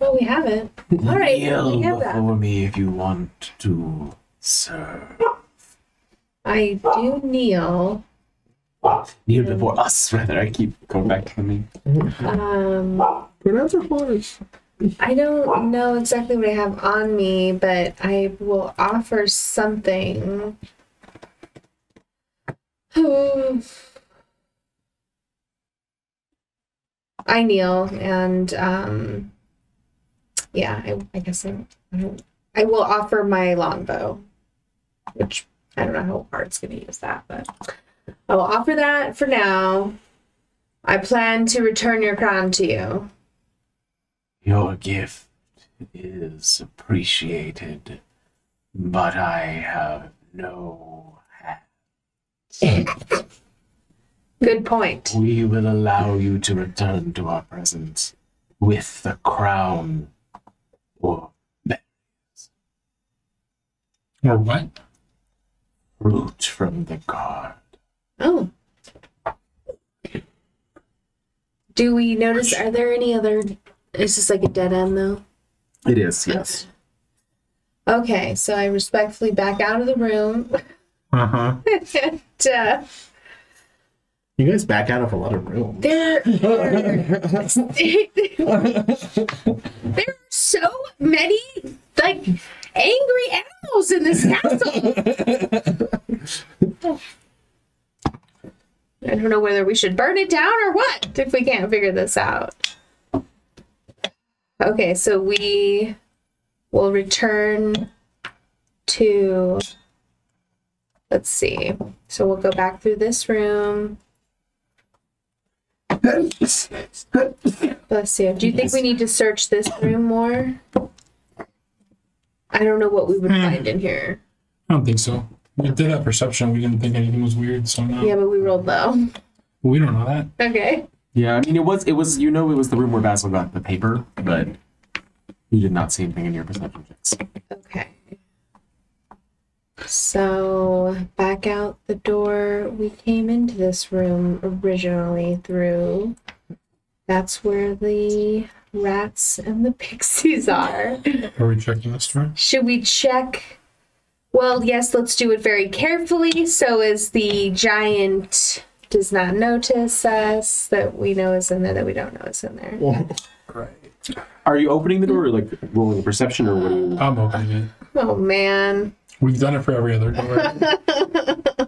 B: Well, we haven't. All right,
G: Kneel
B: we have that.
G: before me if you want to, sir.
B: I do kneel.
A: Kneel
B: Mm.
A: before us, rather. I keep going back to the me.
B: Um,
D: Pronounce her horse.
B: I don't know exactly what I have on me, but I will offer something. I kneel and um yeah, I, I guess I, I don't I will offer my longbow, which I don't know how Art's gonna use that, but I will offer that for now. I plan to return your crown to you.
G: Your gift is appreciated, but I have no hand.
B: Good point.
G: We will allow you to return to our presence with the crown or
F: Or what?
G: fruit from the guard.
B: Oh. Do we notice? Are there any other? Is this like a dead end though?
A: It is, yes.
B: Okay, so I respectfully back out of the room
C: Uh huh.
B: and uh,
D: You guys back out of a lot of room.
B: There, there, there are so many like angry animals in this castle. I don't know whether we should burn it down or what if we can't figure this out. Okay, so we will return to. Let's see. So we'll go back through this room. Bless you. Do you think we need to search this room more? I don't know what we would find in here.
F: I don't think so. We did have perception. We didn't think anything was weird, so no.
B: Yeah, but we rolled low.
F: We don't know that.
B: Okay.
A: Yeah, I mean, it was, it was, you know, it was the room where Basil got the paper, but you did not see anything in your perception checks.
B: Okay. So back out the door we came into this room originally through. That's where the rats and the pixies are.
F: Are we checking this for?
B: Should we check? Well, yes, let's do it very carefully so as the giant does not notice us that we know is in there that we don't know is in there.
A: Are you opening the door or like rolling perception or what? are you-
F: I'm opening it.
B: Oh man.
F: We've done it for every other door.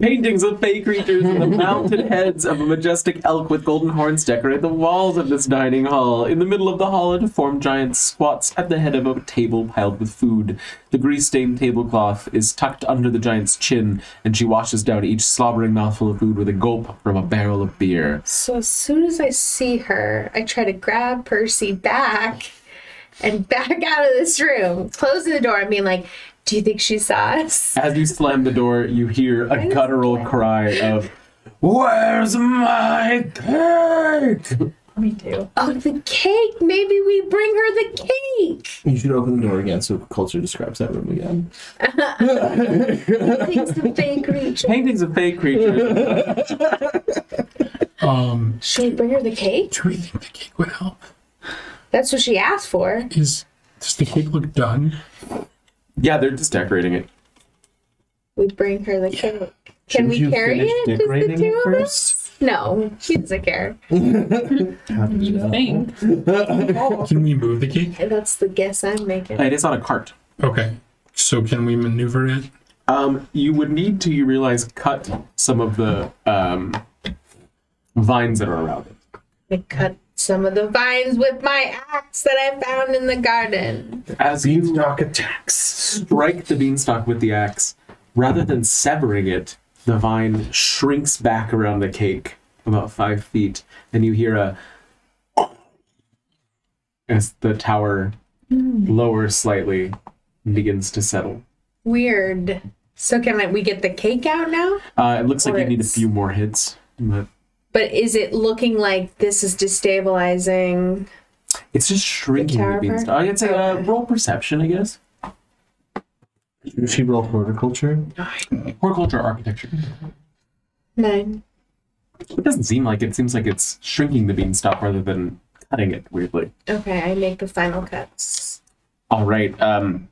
A: Paintings of fey creatures and the mounted heads of a majestic elk with golden horns decorate the walls of this dining hall. In the middle of the hall, a form giant squats at the head of a table piled with food. The grease stained tablecloth is tucked under the giant's chin, and she washes down each slobbering mouthful of food with a gulp from a barrel of beer.
B: So as soon as I see her, I try to grab Percy back and back out of this room, closing the door and being like, Do you think she saw us?
A: As you slam the door, you hear a guttural cry of, Where's my cake?
I: Me too.
B: Oh, the cake. Maybe we bring her the cake.
D: You should open the door again so culture describes that room again.
B: Things the fey creature.
A: Paintings of fey creatures.
F: um,
B: Should we bring her the cake?
F: do we think the cake would help?
B: That's what she asked for.
F: Is does the cake look done?
A: Yeah, they're just decorating it.
B: We bring her the cake. Can we carry it? Just the two of us? No, she doesn't care.
I: You think?
F: Can we move the cake?
B: That's the guess I'm making.
A: It is on a cart.
F: Okay. So can we maneuver it?
A: Um, you would need to, you realize, cut some of the um, vines that are around it.
B: I cut some of the vines with my axe that I found in the garden.
A: As you
D: Beanstalk attacks.
A: strike the beanstalk with the axe, rather than severing it, the vine shrinks back around the cake about five feet, and you hear a as the tower lowers slightly and begins to settle.
B: Weird. So can I, we get the cake out now?
A: Uh, it looks like you need a
B: Words.
A: few more hits, but
B: But is it looking like this is destabilizing?
A: it's just shrinking the
B: tower part?
A: beanstalk. I'd say uh, roll perception, I guess.
D: Should she roll horticulture?
A: Horticulture architecture.
B: Nine.
A: It doesn't seem like it. it seems like it's shrinking the beanstalk rather than cutting it weirdly.
B: Okay, I make the final cuts.
A: All right. Um,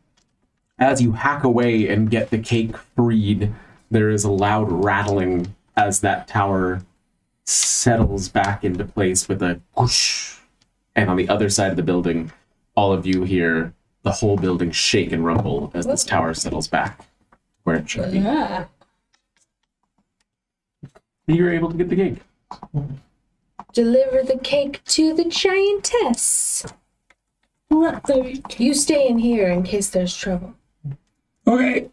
A: as you hack away and get the cake freed, there is a loud rattling as that tower settles back into place with a whoosh. And on the other side of the building, all of you hear the whole building shake and rumble as this tower settles back where it should be.
I: Yeah.
A: You're able to get the cake.
B: Deliver the cake to the giantess. You stay in here in case there's trouble.
F: Okay.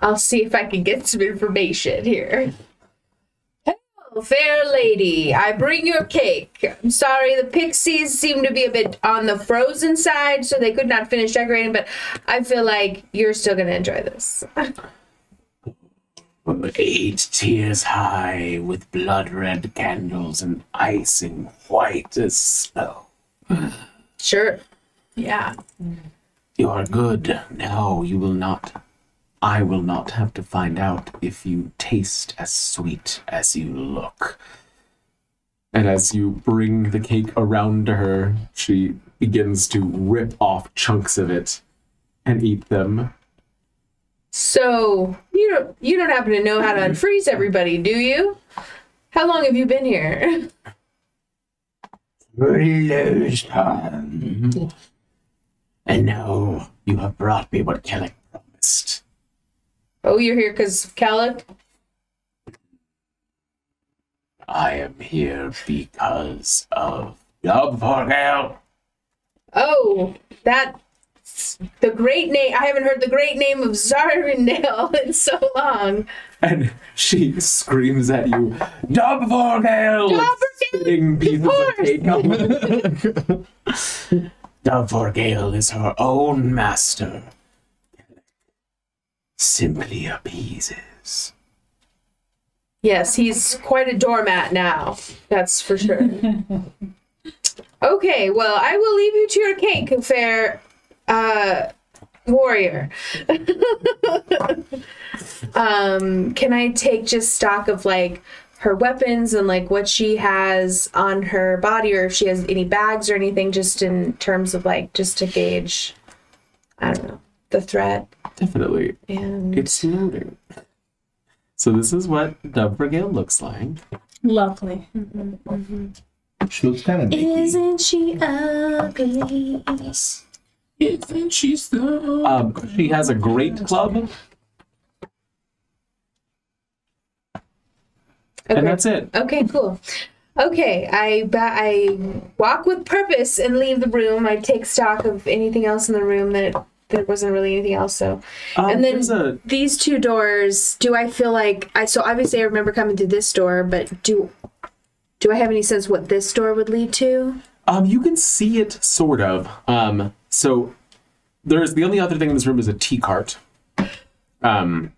B: I'll see if I can get some information here. Hello, fair lady. I bring your cake. I'm sorry, the pixies seem to be a bit on the frozen side, so they could not finish decorating, but I feel like you're still going to enjoy this.
G: Eight tiers high, with blood red candles and icing white as snow.
B: Sure.
I: Yeah.
G: You are good. No, you will not. I will not have to find out if you taste as sweet as you look.
A: And as you bring the cake around to her, she begins to rip off chunks of it and eat them.
B: So you don't you don't happen to know how to unfreeze everybody, do you? How long have you been here?
G: Village time. And now you have brought me what Kellic promised.
B: Oh, you're here because of Calic?
G: I am here because of Dub Forgale.
B: Oh, that the great name. I haven't heard the great name of Zarvindale in so long.
A: And she screams at you, Dub Vorgale! Spitting pieces of cake out of it.
G: Dub Forgale is her own master. Simply appeases.
B: Yes, he's quite a doormat now. That's for sure. okay, well, I will leave you to your cake, fair uh, warrior. um, can I take just stock of like her weapons and like what she has on her body, or if she has any bags or anything, just in terms of like just to gauge, I don't know, the threat
A: Definitely.
B: and
A: It's loading. So this is what Dub Regale looks like.
I: Lovely.
D: She looks kind of naked.
B: Isn't she ugly?
F: Isn't she so?
A: Um, she has a great club.
B: Okay.
A: And that's it.
B: Okay, cool. Okay, I ba- I walk with purpose and leave the room. I take stock of anything else in the room that there wasn't really anything else. So,
A: Um,
B: and then
A: there's a
B: these two doors. Do I feel like I? So obviously, I remember coming through this door, but do do I have any sense what this door would lead to?
A: Um, you can see it sort of. Um, so there's the only other thing in this room is a tea cart. Um,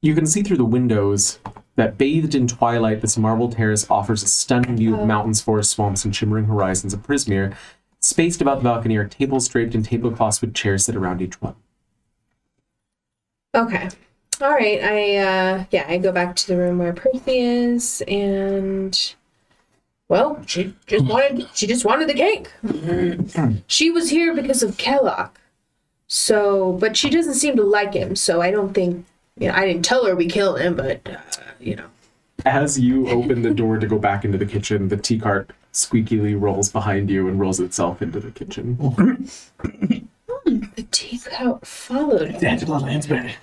A: you can see through the windows that bathed in twilight, this marble terrace offers a stunning view of mountains, forests, swamps, and shimmering horizons of Prismere. Spaced about the balcony are tables draped in tablecloths with chairs set around each one.
B: Okay. All right. I uh yeah, I go back to the room where Percy is and well, she just wanted she just wanted the cake. she was here because of Kellogg. So, but she doesn't seem to like him, so I don't think you know, I didn't tell her we killed him, but uh, you know.
A: As you open the door to go back into the kitchen, the tea cart squeakily rolls behind you and rolls itself into the kitchen.
B: The takeout followed.
G: Angela Lansbury.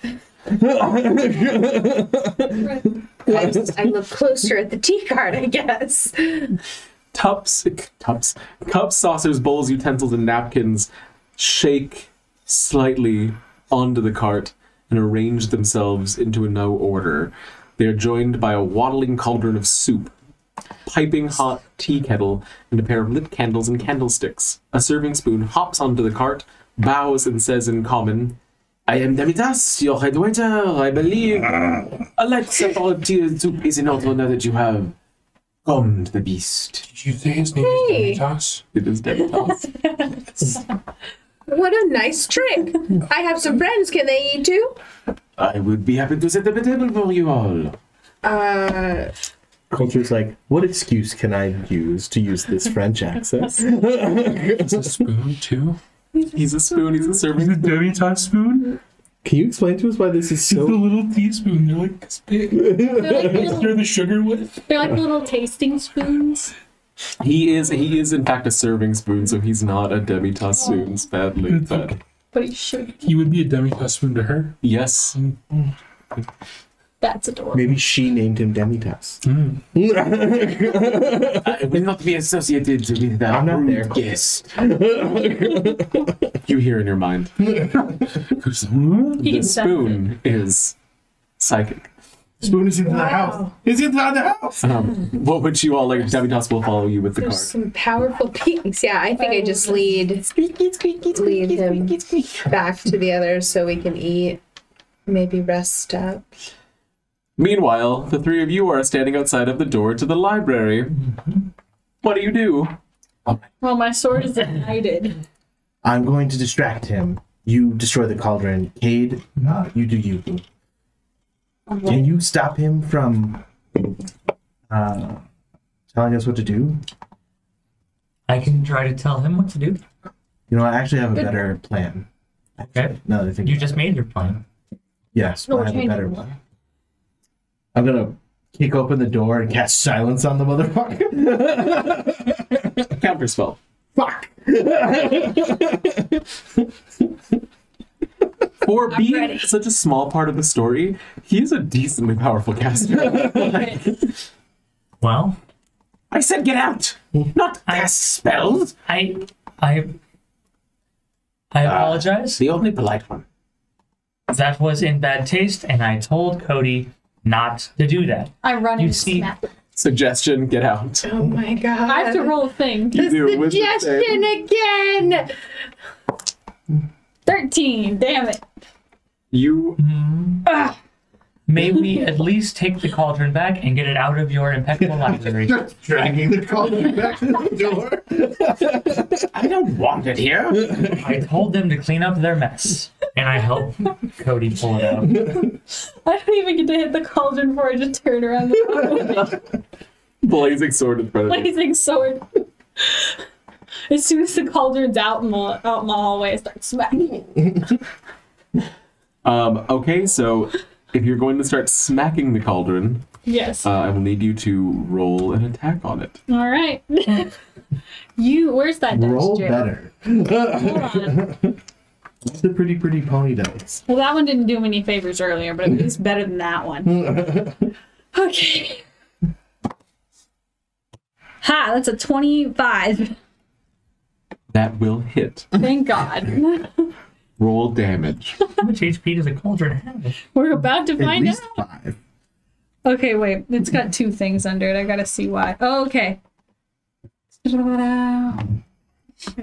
B: I, I look closer at the tea card, I guess.
A: tubs, tubs, cups, saucers, bowls, utensils, and napkins shake slightly onto the cart and arrange themselves into a no order. They are joined by a waddling cauldron of soup, piping hot tea kettle, and a pair of lit candles and candlesticks. A serving spoon hops onto the cart, bows, and says in common, I am Damitas, your head waiter, I believe. A light volunteer soup is in order now that you have gummed the beast.
F: Did you say his name
B: Hey.
F: is Demitas?
A: It is Demitas.
B: What a nice trick. I have some friends. Can they eat too?
G: I would be happy to set up a table for you all.
B: Uh,
D: Culture's like, what excuse can I use to use this French accent?
F: Is a spoon too?
A: he's a spoon. He's a serving.
F: Demitas spoon?
D: Can you explain to us why this is
F: It's a
D: so?
F: little teaspoon. They're like this big.
I: They're like, little,
F: Stir the sugar with.
I: they're like little tasting spoons.
A: He is. He is in fact a serving spoon, so he's not a demitas spoon. Badly, but
I: But it should.
F: He would be a Demitas spoon to her.
A: yes,
I: That's adorable.
D: Maybe she named him Demitas.
G: I will not be associated with that
D: I'm not there.
G: guest.
A: you hear in your mind.
F: Goes, "Huh?"
I: He
A: The
I: can sense it.
A: spoon is psychic.
D: Spoon is in the house. Is in the house.
A: Um, what would you all like? Demitas will follow you with the
B: There's
A: card.
B: some powerful peaks. Yeah, I think I just lead lead him back to the others so we can eat, maybe rest up.
A: Meanwhile, the three of you are standing outside of the door to the library. Mm-hmm. What do you do?
I: Well, my sword is ignited.
D: I'm going to distract him. You destroy the cauldron. Cade, uh, you do you. Can you stop him from uh, telling us what to do?
C: I can try to tell him what to do.
D: You know, I actually have a better plan.
C: Okay.
D: Now that I think
C: You
D: about
C: just
D: it.
C: made your plan.
D: Yes,
J: No,
D: I have a
J: change
D: better
J: it.
D: one. I'm gonna kick open the door and cast silence on the motherfucker.
A: Counter spell.
D: Fuck.
A: For being such a small part of the story, he is a decently powerful caster.
C: Well,
A: I said get out! Not cast spells!
C: I, I, I apologize.
K: Uh, The only polite one.
C: that was in bad taste, and I told Cody not to do that.
E: I run
C: You
E: into
C: see-
E: snap.
A: Suggestion, get out.
I: Oh my god.
E: I have to roll a thing.
A: You do with the
I: Suggestion
A: same.
I: again.
E: Thirteen. Damn it.
A: You
C: May we at least take the cauldron back and get it out of your impeccable library?
D: Dragging the collar back to the door.
K: I don't want it here.
C: I told them to clean up their mess, and I helped Cody pull it out.
E: I don't even get to hit the cauldron before I just turn around the
A: blazing sword in front of you.
E: blazing sword. As soon as the cauldron's out in the, out in the hallway, I start smacking it.
A: Um, okay, so if you're going to start smacking the cauldron,
E: Yes.
A: uh, I will need you to roll an attack on it.
E: All right. you, where's that dice?
D: Roll
E: Jay?
D: better.
E: Hold on.
D: It's the pretty, pretty pony dice.
E: Well, that one didn't do many favors earlier, but at least better than that one. okay. Ha, that's a 25.
A: That will hit.
E: Thank God.
A: Roll damage.
C: How much HP does a cauldron have?
E: We're about to
D: At
E: find out.
D: least five.
E: Okay, wait. It's got two things under it. I gotta see why. Oh, okay. An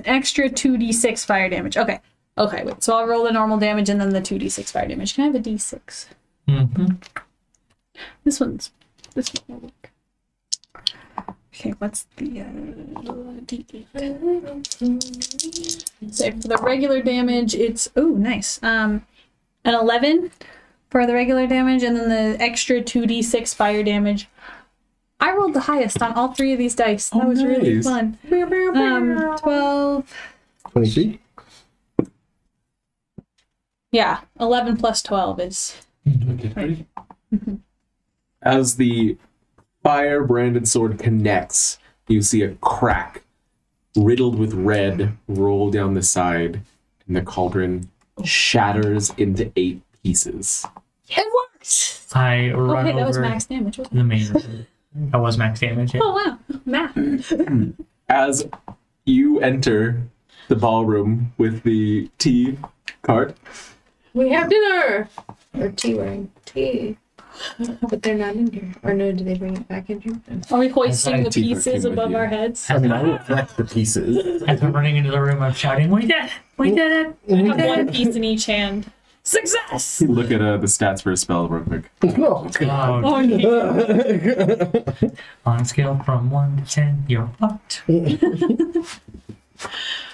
E: extra 2d6 fire damage. Okay. Okay, wait. So I'll roll the normal damage and then the 2d6 fire damage. Can I have a d6?
C: Mm-hmm.
E: This one's. This one will work. Okay, what's the uh, d8? So for the regular damage, it's oh nice. Um, an eleven for the regular damage, and then the extra two d6 fire damage. I rolled the highest on all three of these dice. That
A: Oh,
E: was really
A: nice.
E: fun. Um, twelve.
D: Twenty-three.
E: Yeah, eleven plus twelve is
A: As the fire branded sword connects, you see a crack riddled with red roll down the side, and the cauldron shatters into eight pieces.
E: it worked.
C: I run
E: Okay, that was
C: over
E: max damage. wasn't
C: to the main room. That was max damage.
E: it?
C: yeah.
E: Oh wow, math.
A: As you enter the ballroom with the tea cart,
I: We have dinner. Or tea wearing tea. But they're not in here. Or no, do they bring it back in here?
E: Are we hoisting the
A: Antifa came
E: pieces
A: with
E: above
A: you.
E: our heads?
D: I mean, I will collect the pieces.
C: As I'm running into the room, I'm shouting, "We did it! We did it!"
E: I have one piece in each hand. Success!
A: look at uh, the stats for a spell real quick.
D: Oh,
C: Oh,
E: Oh, yeah.
C: on a scale from one to ten, you're fucked.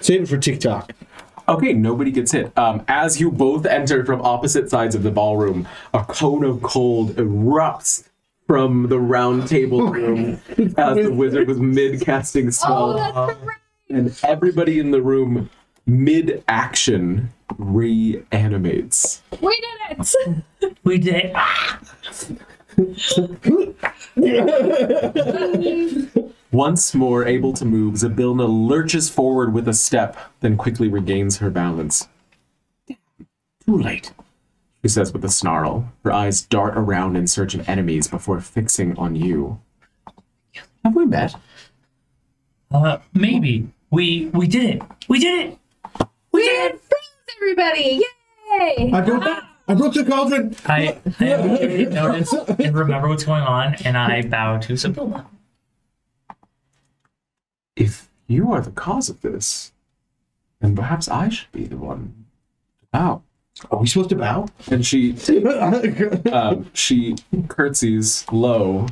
D: Save it for TikTok.
A: Okay, nobody gets hit. Um, as you both enter from opposite sides of the ballroom, a cone of cold erupts from the round table room as the wizard was mid casting spell. and everybody in the room mid action reanimates.
E: We did it!
C: We did it.
A: Once more able to move, Zabilna lurches forward with a step, then quickly regains her balance.
K: Too late.
A: She says with a snarl. Her eyes dart around in search of enemies before fixing on you.
K: Have we met?
C: Uh, maybe we we did it. We did it. We did it.
I: Everybody, yay!
D: I broke that. I broke the cauldron.
C: I, I immediately notice and remember what's going on, and I bow to Sibylla.
A: If you are the cause of this, then perhaps I should be the one to bow.
D: Are we supposed to bow?
A: And she um, she curtsies low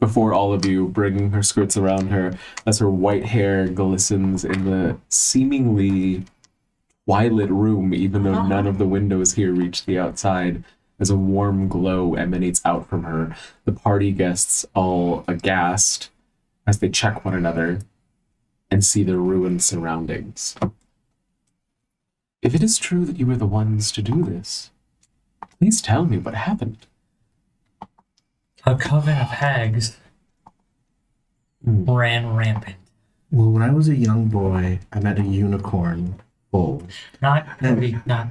A: before all of you, bringing her skirts around her as her white hair glistens in the seemingly twilit room, even though none of the windows here reach the outside. As a warm glow emanates out from her, the party guests all aghast as they check one another. and see their ruined surroundings.
G: If it is true that you were the ones to do this, please tell me what happened.
C: A coven of hags ran rampant.
D: Well, when I was a young boy, I met a unicorn Oh. bull.
C: Not really, not.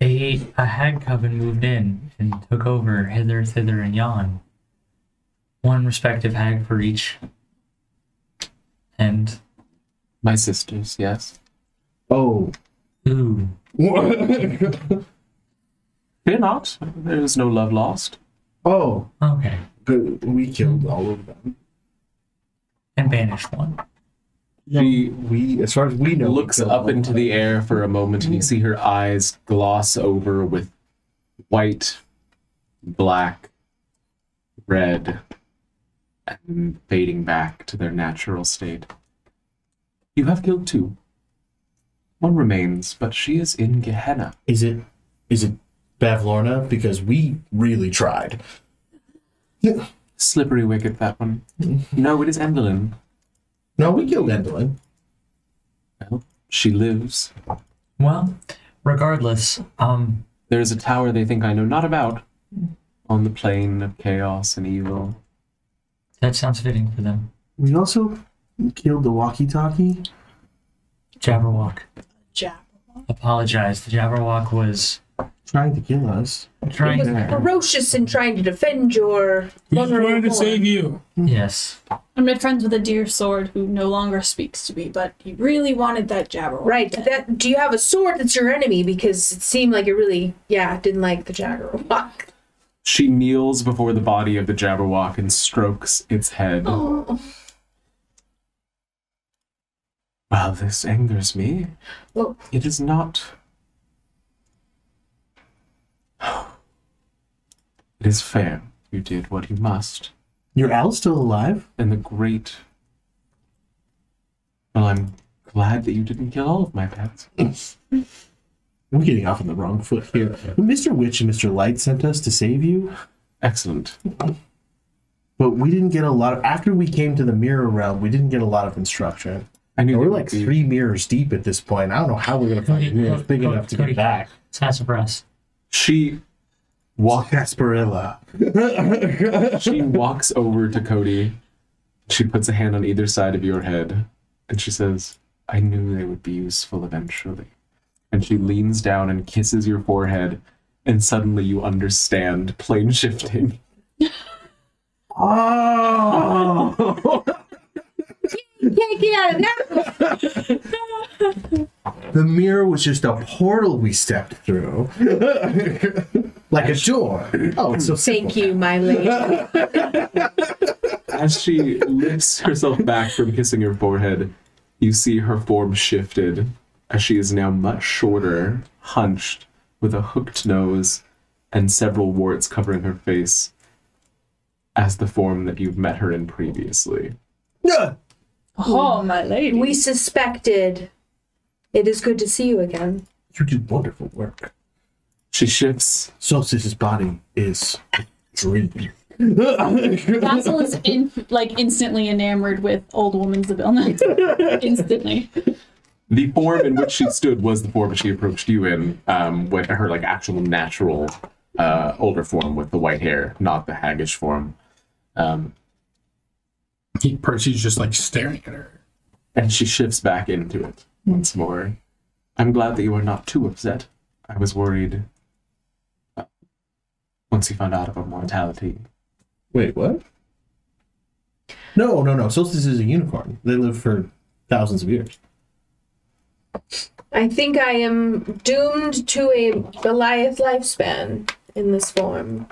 C: a, a hag coven moved in and took over hither, thither, and yon. One respective hag for each. And
G: My sisters, yes.
D: Oh,
C: ooh,
G: Fear not, there is no love lost.
D: oh,
C: okay,
D: but we killed all of them.
C: and banished one.
A: She
D: We, as far as we know, we
A: looks
D: killed
A: up
D: all of
A: into
D: them.
A: the air for a moment and you see her eyes gloss over with white, black, red, and fading back to their natural state.
G: You have killed two. One remains, but she is in Gehenna.
D: Is it? Is it Bavlorna? Because we really tried.
G: Slippery wicked, that one. no, it is Endelin.
D: No, we killed Endelin.
G: She lives.
C: Well, regardless, um,
G: There is a tower they think I know not about on the plane of chaos and evil.
C: that sounds fitting for them.
D: We also killed the walkie-talkie.
C: Jabberwock.
E: Jab.
C: Apologize. The Jabberwock was
D: Trying to kill us.
C: trying to.
B: Ferocious in trying to defend your
F: We just wanted to
B: vulnerable
F: save you.
C: Yes.
E: I made friends with a dear sword who no longer speaks to me, but he really wanted that Jabberwock.
B: Right. That do you have a sword that's your enemy? Because it seemed like it really, yeah, didn't like the Jaggerwalk.
A: She kneels before the body of the Jabberwock and strokes its head.
I: Oh.
G: Well, this angers me.
B: Well-
G: it is not. It is fair. You did what you must.
D: Your Al's still alive?
G: And the great. Well, I'm glad that you didn't kill all of my pets.
D: We're getting off on the wrong foot here. But Mr. Witch and Mr. Light sent us to save you,
G: Excellent.
D: but we didn't get a lot of. After we came to the mirror realm, we didn't get a lot of instruction.
G: I knew
D: And we're
G: there would
D: like
G: be-
D: three mirrors deep at this point. I don't know how we're gonna find mirrors big enough to get back.
C: Sassafras.
A: She walks
D: Gasparilla.
A: she walks over to Cody. She puts a hand on either side of your head and she says,
G: I knew they would be useful eventually.
A: and she leans down and kisses your forehead, and suddenly you understand plane shifting.
D: Oh,
B: Can't get out of that.
D: the mirror was just a portal we stepped through, like a door. Oh, it's so simple.
B: Thank you, my lady.
A: As she lifts herself back from kissing your forehead, you see her form shifted as she is now much shorter, hunched, with a hooked nose and several warts covering her face as the form that you've met her in previously.
D: Yeah.
E: Oh, my lady.
B: We suspected. It is good to see you again.
D: You did wonderful work.
A: She shifts.
D: Solstice's body is a dream.
E: Basil is in, like instantly enamored with old woman's ability. instantly.
A: The form in which she stood was the form she approached you in, um, with her like actual natural uh, older form with the white hair, not the haggish form. Um,
F: He, Percy's just like staring at her.
A: and she shifts back into it once
F: Hmm.
A: more.
G: I'm glad that you are not too upset. I was worried. uh, Once you found out about mortality,
D: Wait, what? No, no, no. Solstice is a unicorn. They live for thousands of years.
B: I think I am doomed to a Goliath lifespan in this form,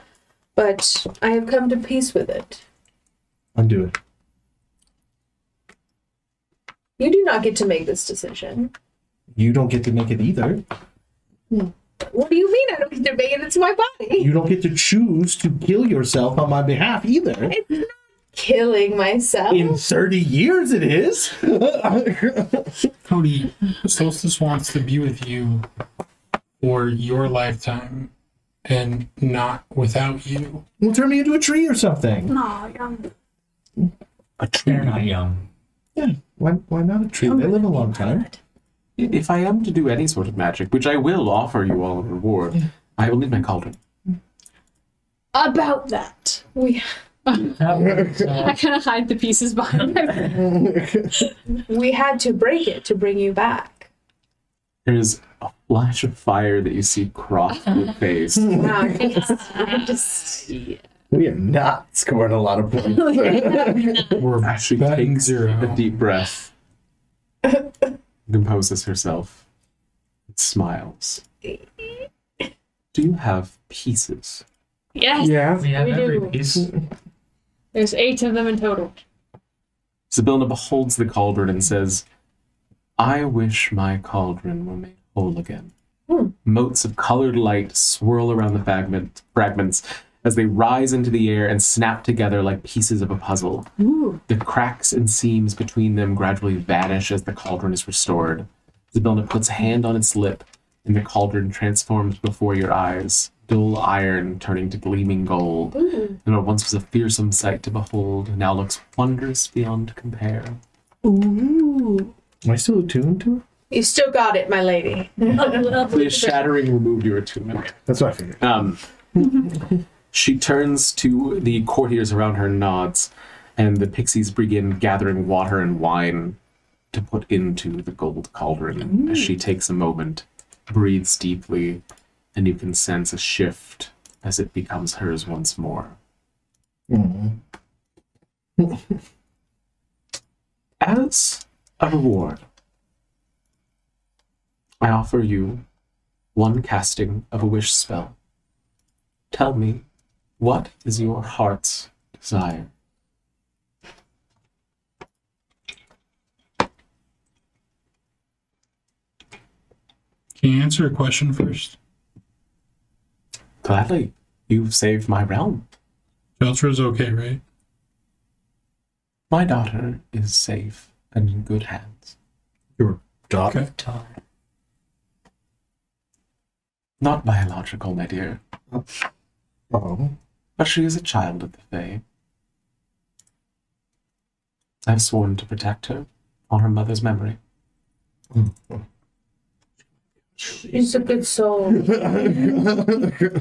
B: but I have come to peace with it.
D: Undo it.
B: You do not get to make this decision.
D: You don't get to make it either.
B: What do you mean I don't get to make it? It's my body.
D: You don't get to choose to kill yourself on my behalf either.
B: Killing myself.
D: In 30 years, it is.
F: Cody, Solstice wants to be with you for your lifetime and not without you.
D: Well, turn me into a tree or something.
E: No, young.
C: They're not young.
D: Yeah. Why, why not a tree? They live a long time.
A: If I am to do any sort of magic, which I will offer you all a reward, I will need my cauldron.
E: About that, we.
C: That was, uh,
I: I kind of hide the pieces behind my
B: We had to break it to bring you back.
A: There's a flash of fire that you see cross your face.
B: Wow, I just
D: We have not scored a lot of points.
F: We're
A: Ashley
F: batting
A: takes
F: zero.
A: a deep breath, composes herself, and smiles. Do you have pieces?
I: Yes.
D: yeah.
C: we have
I: We
C: every
I: do.
C: piece.
I: There's eight of them in total.
A: Sibilna beholds the cauldron and says, I wish my cauldron were made whole again. Motes of colored light swirl around the fragment, fragments as they rise into the air and snap together like pieces of a puzzle. The cracks and seams between them gradually vanish as the cauldron is restored. Sibilna puts a hand on its lip, and the cauldron transforms before your eyes, dull iron turning to gleaming gold. And what once was a fearsome sight to behold now looks wondrous beyond compare.
D: Am I still attuned to it?
B: you still got it, my lady.
A: The shattering removed your attunement.
D: That's what I figured.
A: Um, she turns to the courtiers around her and nods, and the pixies begin gathering water and wine to put into the gold cauldron. As she takes a moment, breathes deeply, and you can sense a shift as it becomes hers once more. as a reward, I offer you one casting of a wish spell. Tell me, what is your heart's desire?
F: Can you answer a question first?
A: Gladly, you've saved my realm.
F: Beltra's okay, right?
A: My daughter is safe and in good hands.
D: Your daughter.
F: Okay.
A: Not biological, my dear,
D: Oh.
A: but she is a child of the Fae. I've sworn to protect her on her mother's memory.
B: She's a good soul.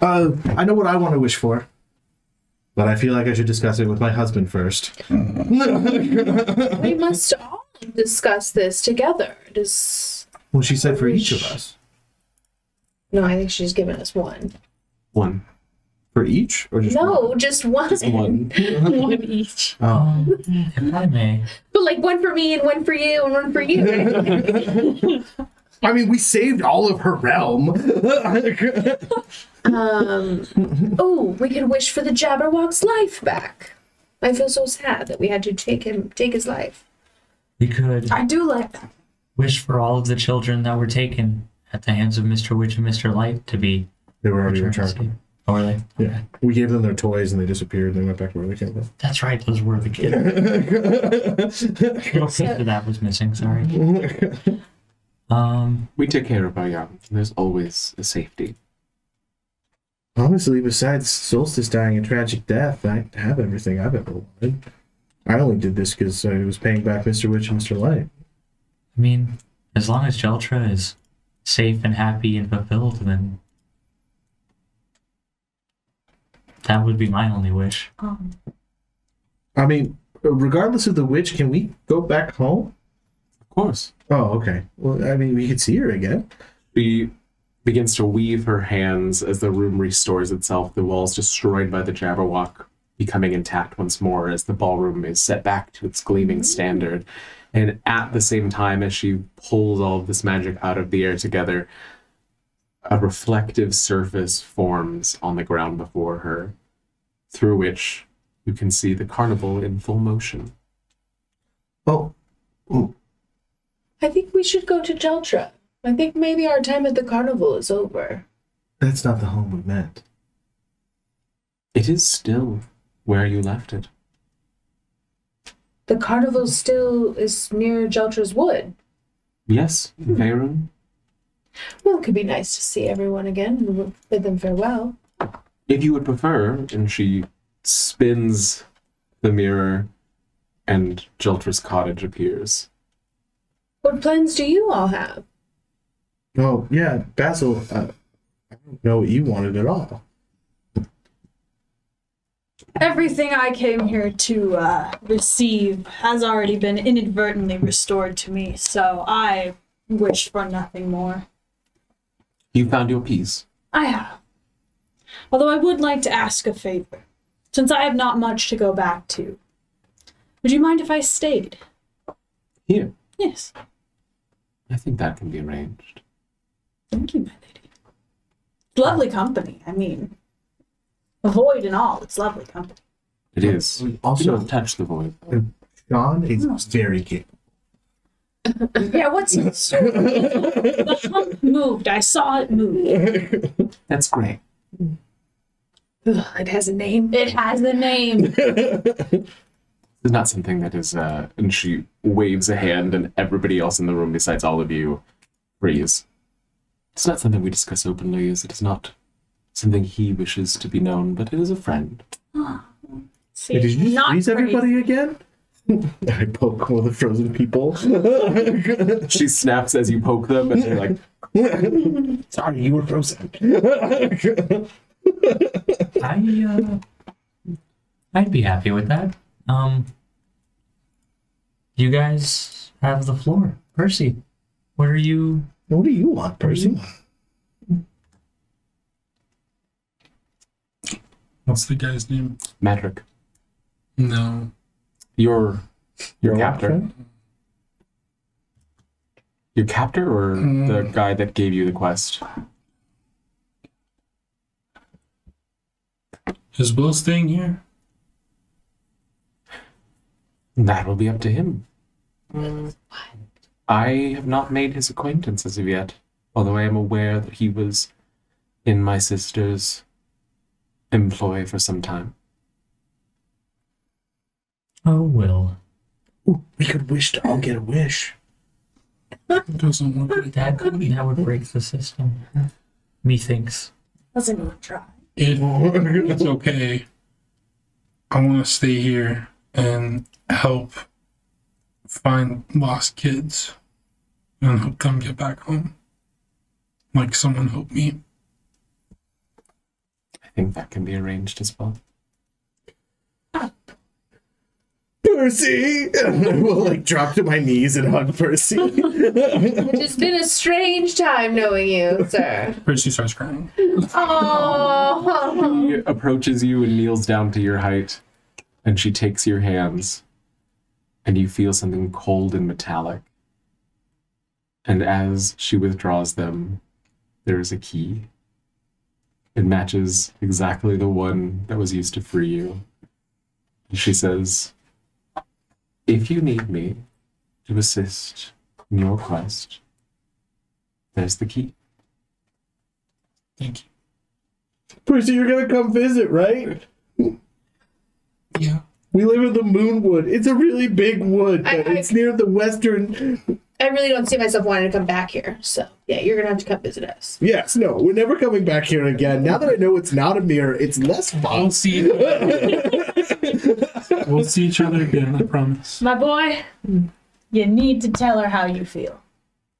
D: Uh, I know what I want to wish for, but I feel like I should discuss it with my husband first.
B: we must all discuss this together. Just
D: Well, she said for each of us.
B: no, I think she's given us one.
A: One.
D: For each? Or just one?
B: No, Oh, just one.
A: One.
I: one each.
C: Um, if I may,
B: But like one for me and one for you and one for you. right?
D: I mean, we saved all of her realm.
B: um, oh, we could wish for the Jabberwock's life back. I feel so sad that we had to take him, take his life.
C: we could
E: I do like that.
C: wish for all of the children that were taken at the hands of Mr. Witch and Mr. Light to be
D: they were already
C: returned.
D: returned.
C: Oh, were they?
D: Yeah. We gave them their toys and they disappeared and they went back to where they came from.
C: That's right, those were the kids. Little sister that was missing, sorry. Um,
A: We take care of our young. There's always a safety.
D: Honestly, besides Solstice dying a tragic death, I have everything I've ever wanted. I only did this because I was paying back Mr. Witch and Mr. Light.
C: I mean, as long as Jeltra is safe and happy and fulfilled, then that would be my only wish.
D: I mean, regardless of the witch, can we go back home?
A: Of course.
D: Oh, okay. Well, I mean, we could see her again.
A: She begins to weave her hands as the room restores itself, the walls destroyed by the Jabberwock becoming intact once more as the ballroom is set back to its gleaming standard. And at the same time, as she pulls all of this magic out of the air together, a reflective surface forms on the ground before her, through which you can see the carnival in full motion.
D: Oh,
B: I think we should go to Jeltra. I think maybe our time at the carnival is over.
D: that's not the home we meant.
A: It is still where you left it.
B: The carnival still is near Jeltra's wood.
A: Yes, Veyron.
B: Well, it could be nice to see everyone again and bid them farewell.
A: If you would prefer, and she spins the mirror, and Jiltra's cottage appears.
B: What plans do you all have?
D: Oh yeah, Basil. Uh, I don't know what you wanted at all.
E: Everything I came here to uh, receive has already been inadvertently restored to me, so I wish for nothing more.
G: You found your peace.
E: I have. Although I would like to ask a favor, since I have not much to go back to. Would you mind if I stayed?
G: Here,
E: Yes.
G: I think that can be arranged.
E: Thank you, my lady. Lovely company. I mean, a void and all. It's lovely company.
G: It is.
D: Also-
G: Also, don't touch the void.
D: John is very capable.
E: Yeah, what's the hump moved? I saw it move.
G: That's great.
B: Ugh, it has a name.
E: It has a name.
A: It's not something that is, uh, and she waves a hand, and everybody else in the room, besides all of you, freeze.
G: It's not something we discuss openly, as it is not something he wishes to be known, but it is a friend.
E: See,
D: Wait, Did you just
E: not
D: freeze
E: pretty.
D: everybody again? I poke all the frozen people.
A: She snaps as you poke them, and they're like,
D: Sorry, you were frozen.
C: I uh, I'd be happy with that. Um, you guys have the floor, Percy. What are you?
D: what do you want, Percy?
F: What's the guy's name?
A: Madrick,
F: No.
A: your, your captor.
D: friend?
A: Your captor, or the guy that gave you the quest?
F: Is Will staying here?
A: That will be up to him. I have not made his acquaintance as of yet, although I am aware that he was in my sister's employ for some time.
C: Oh, Will.
D: Ooh, we could wish to all get a wish.
F: It doesn't look like
C: That that would break the system. Methinks.
E: Doesn't even try.
F: If it's okay, I want to stay here and help find lost kids and help them get back home. Like someone helped me.
A: I think that can be arranged as well.
D: Percy! And I will like drop to my knees and hug Percy.
B: It has been a strange time knowing you, sir.
F: Percy starts crying.
B: Oh,
A: She approaches you and kneels down to your height, and she takes your hands, and you feel something cold and metallic. And as she withdraws them, there is a key. It matches exactly the one that was used to free you. And she says, If you need me to assist in your quest, there's the key.
F: Thank you.
D: Percy, you're gonna come visit, right?
F: Yeah.
D: We live in the Moonwood. It's a really big wood,
B: I-
D: but
B: I-
D: it's near the western.
B: I really don't see myself wanting to come back here. So yeah, you're gonna have to come visit us.
D: Yes, no, we're never coming back here again. Now that I know it's not a mirror, it's less fun.
F: We'll see. we'll see each other again, I promise.
E: My boy, you need to tell her how you feel.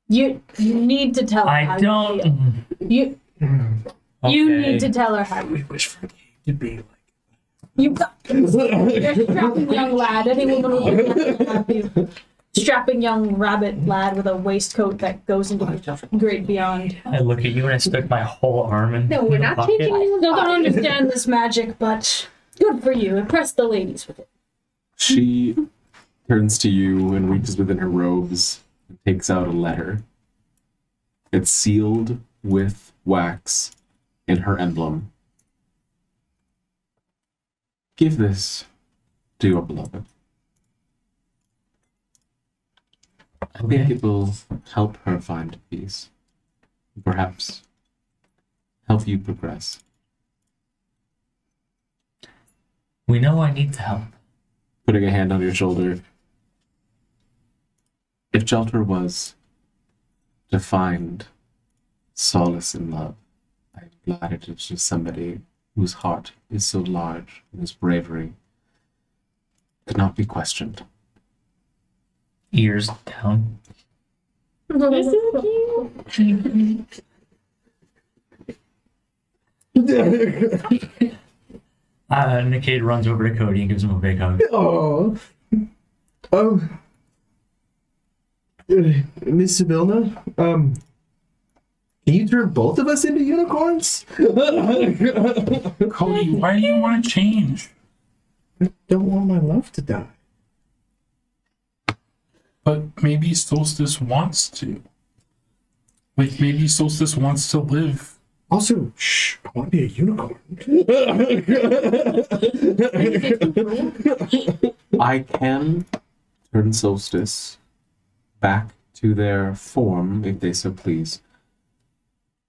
E: You you need to tell her how
C: I
E: you feel.
C: don't. Hmm.
E: You you
C: Okay.
E: need to tell her how you feel.
C: wish for a game to be like.
E: You got you're a strapping young lad. Any woman would be happy to have you. Strapping young rabbit lad with a waistcoat that goes into the great beyond.
C: I look at you and I stuck my whole arm in.
B: No, we're
C: in the
B: not
C: pocket.
B: taking you.
E: I still don't understand this magic, but good for you. Impress the ladies with it.
A: She turns to you and reaches within her robes and takes out a letter. It's sealed with wax in her emblem. Give this to your beloved. I think
C: Okay.
A: it will help her find peace. Perhaps help you progress.
C: We know I need the help.
A: putting a hand on your shoulder. If Jelter was to find solace in love. I'm glad it is just somebody whose heart is so large and whose bravery cannot be questioned.
C: Ears down. Uh, Nickade runs over to Cody and gives him a big hug.
D: Oh. Oh. Uh, Miss Sibilna, um, can you turn both of us into unicorns?
F: Cody, why do you want to change?
D: Don't want my love to die.
F: But maybe Solstice wants to. Like maybe Solstice wants to live.
D: Also, shh, I want to be a unicorn.
A: I can turn solstice back to their form if they so please.